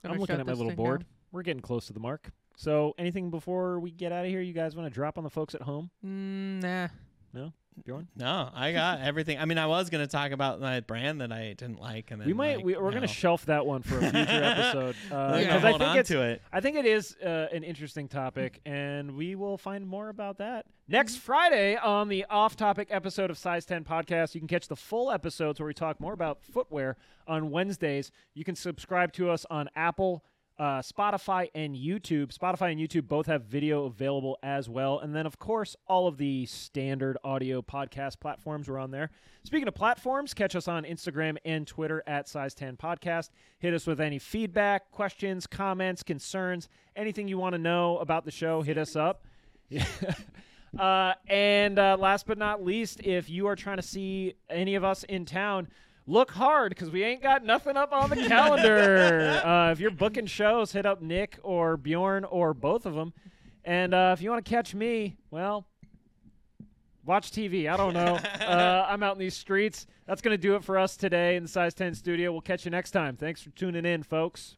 [SPEAKER 5] Gonna
[SPEAKER 4] I'm looking
[SPEAKER 5] shut
[SPEAKER 4] at my
[SPEAKER 5] this
[SPEAKER 4] little
[SPEAKER 5] thing
[SPEAKER 4] board.
[SPEAKER 5] down.
[SPEAKER 4] We're getting close to the mark. So, anything before we get out of here, you guys want to drop on the folks at home?
[SPEAKER 5] Mm, nah.
[SPEAKER 4] Bjorn?
[SPEAKER 3] no, I got everything. I mean, I was gonna talk about my brand that I didn't like, and then
[SPEAKER 4] we might.
[SPEAKER 3] like,
[SPEAKER 4] we, we're
[SPEAKER 3] no.
[SPEAKER 4] gonna shelf that one for a future episode
[SPEAKER 3] We're
[SPEAKER 4] because
[SPEAKER 3] gonna
[SPEAKER 5] Yeah. 'cause
[SPEAKER 4] I
[SPEAKER 3] hold
[SPEAKER 4] think
[SPEAKER 3] on
[SPEAKER 4] it's
[SPEAKER 3] to it.
[SPEAKER 4] I think it is uh, an interesting topic, and we will find more about that next Friday on the off topic episode of Size 10 Podcast. You can catch the full episodes where we talk more about footwear on Wednesdays. You can subscribe to us on Apple. Uh, Spotify and YouTube. Spotify and YouTube both have video available as well. And then, of course, all of the standard audio podcast platforms are on there. Speaking of platforms, catch us on Instagram and Twitter at Size 10 Podcast. Hit us with any feedback, questions, comments, concerns, anything you want to know about the show, hit us up. Uh, and uh, last but not least, if you are trying to see any of us in town, look hard because we ain't got nothing up on the calendar. uh, if you're booking shows, hit up Nick or Bjorn or both of them. And uh, if you want to catch me, well, watch TV. I don't know. uh, I'm out in these streets. That's going to do it for us today in the Size 10 studio. We'll catch you next time. Thanks for tuning in, folks.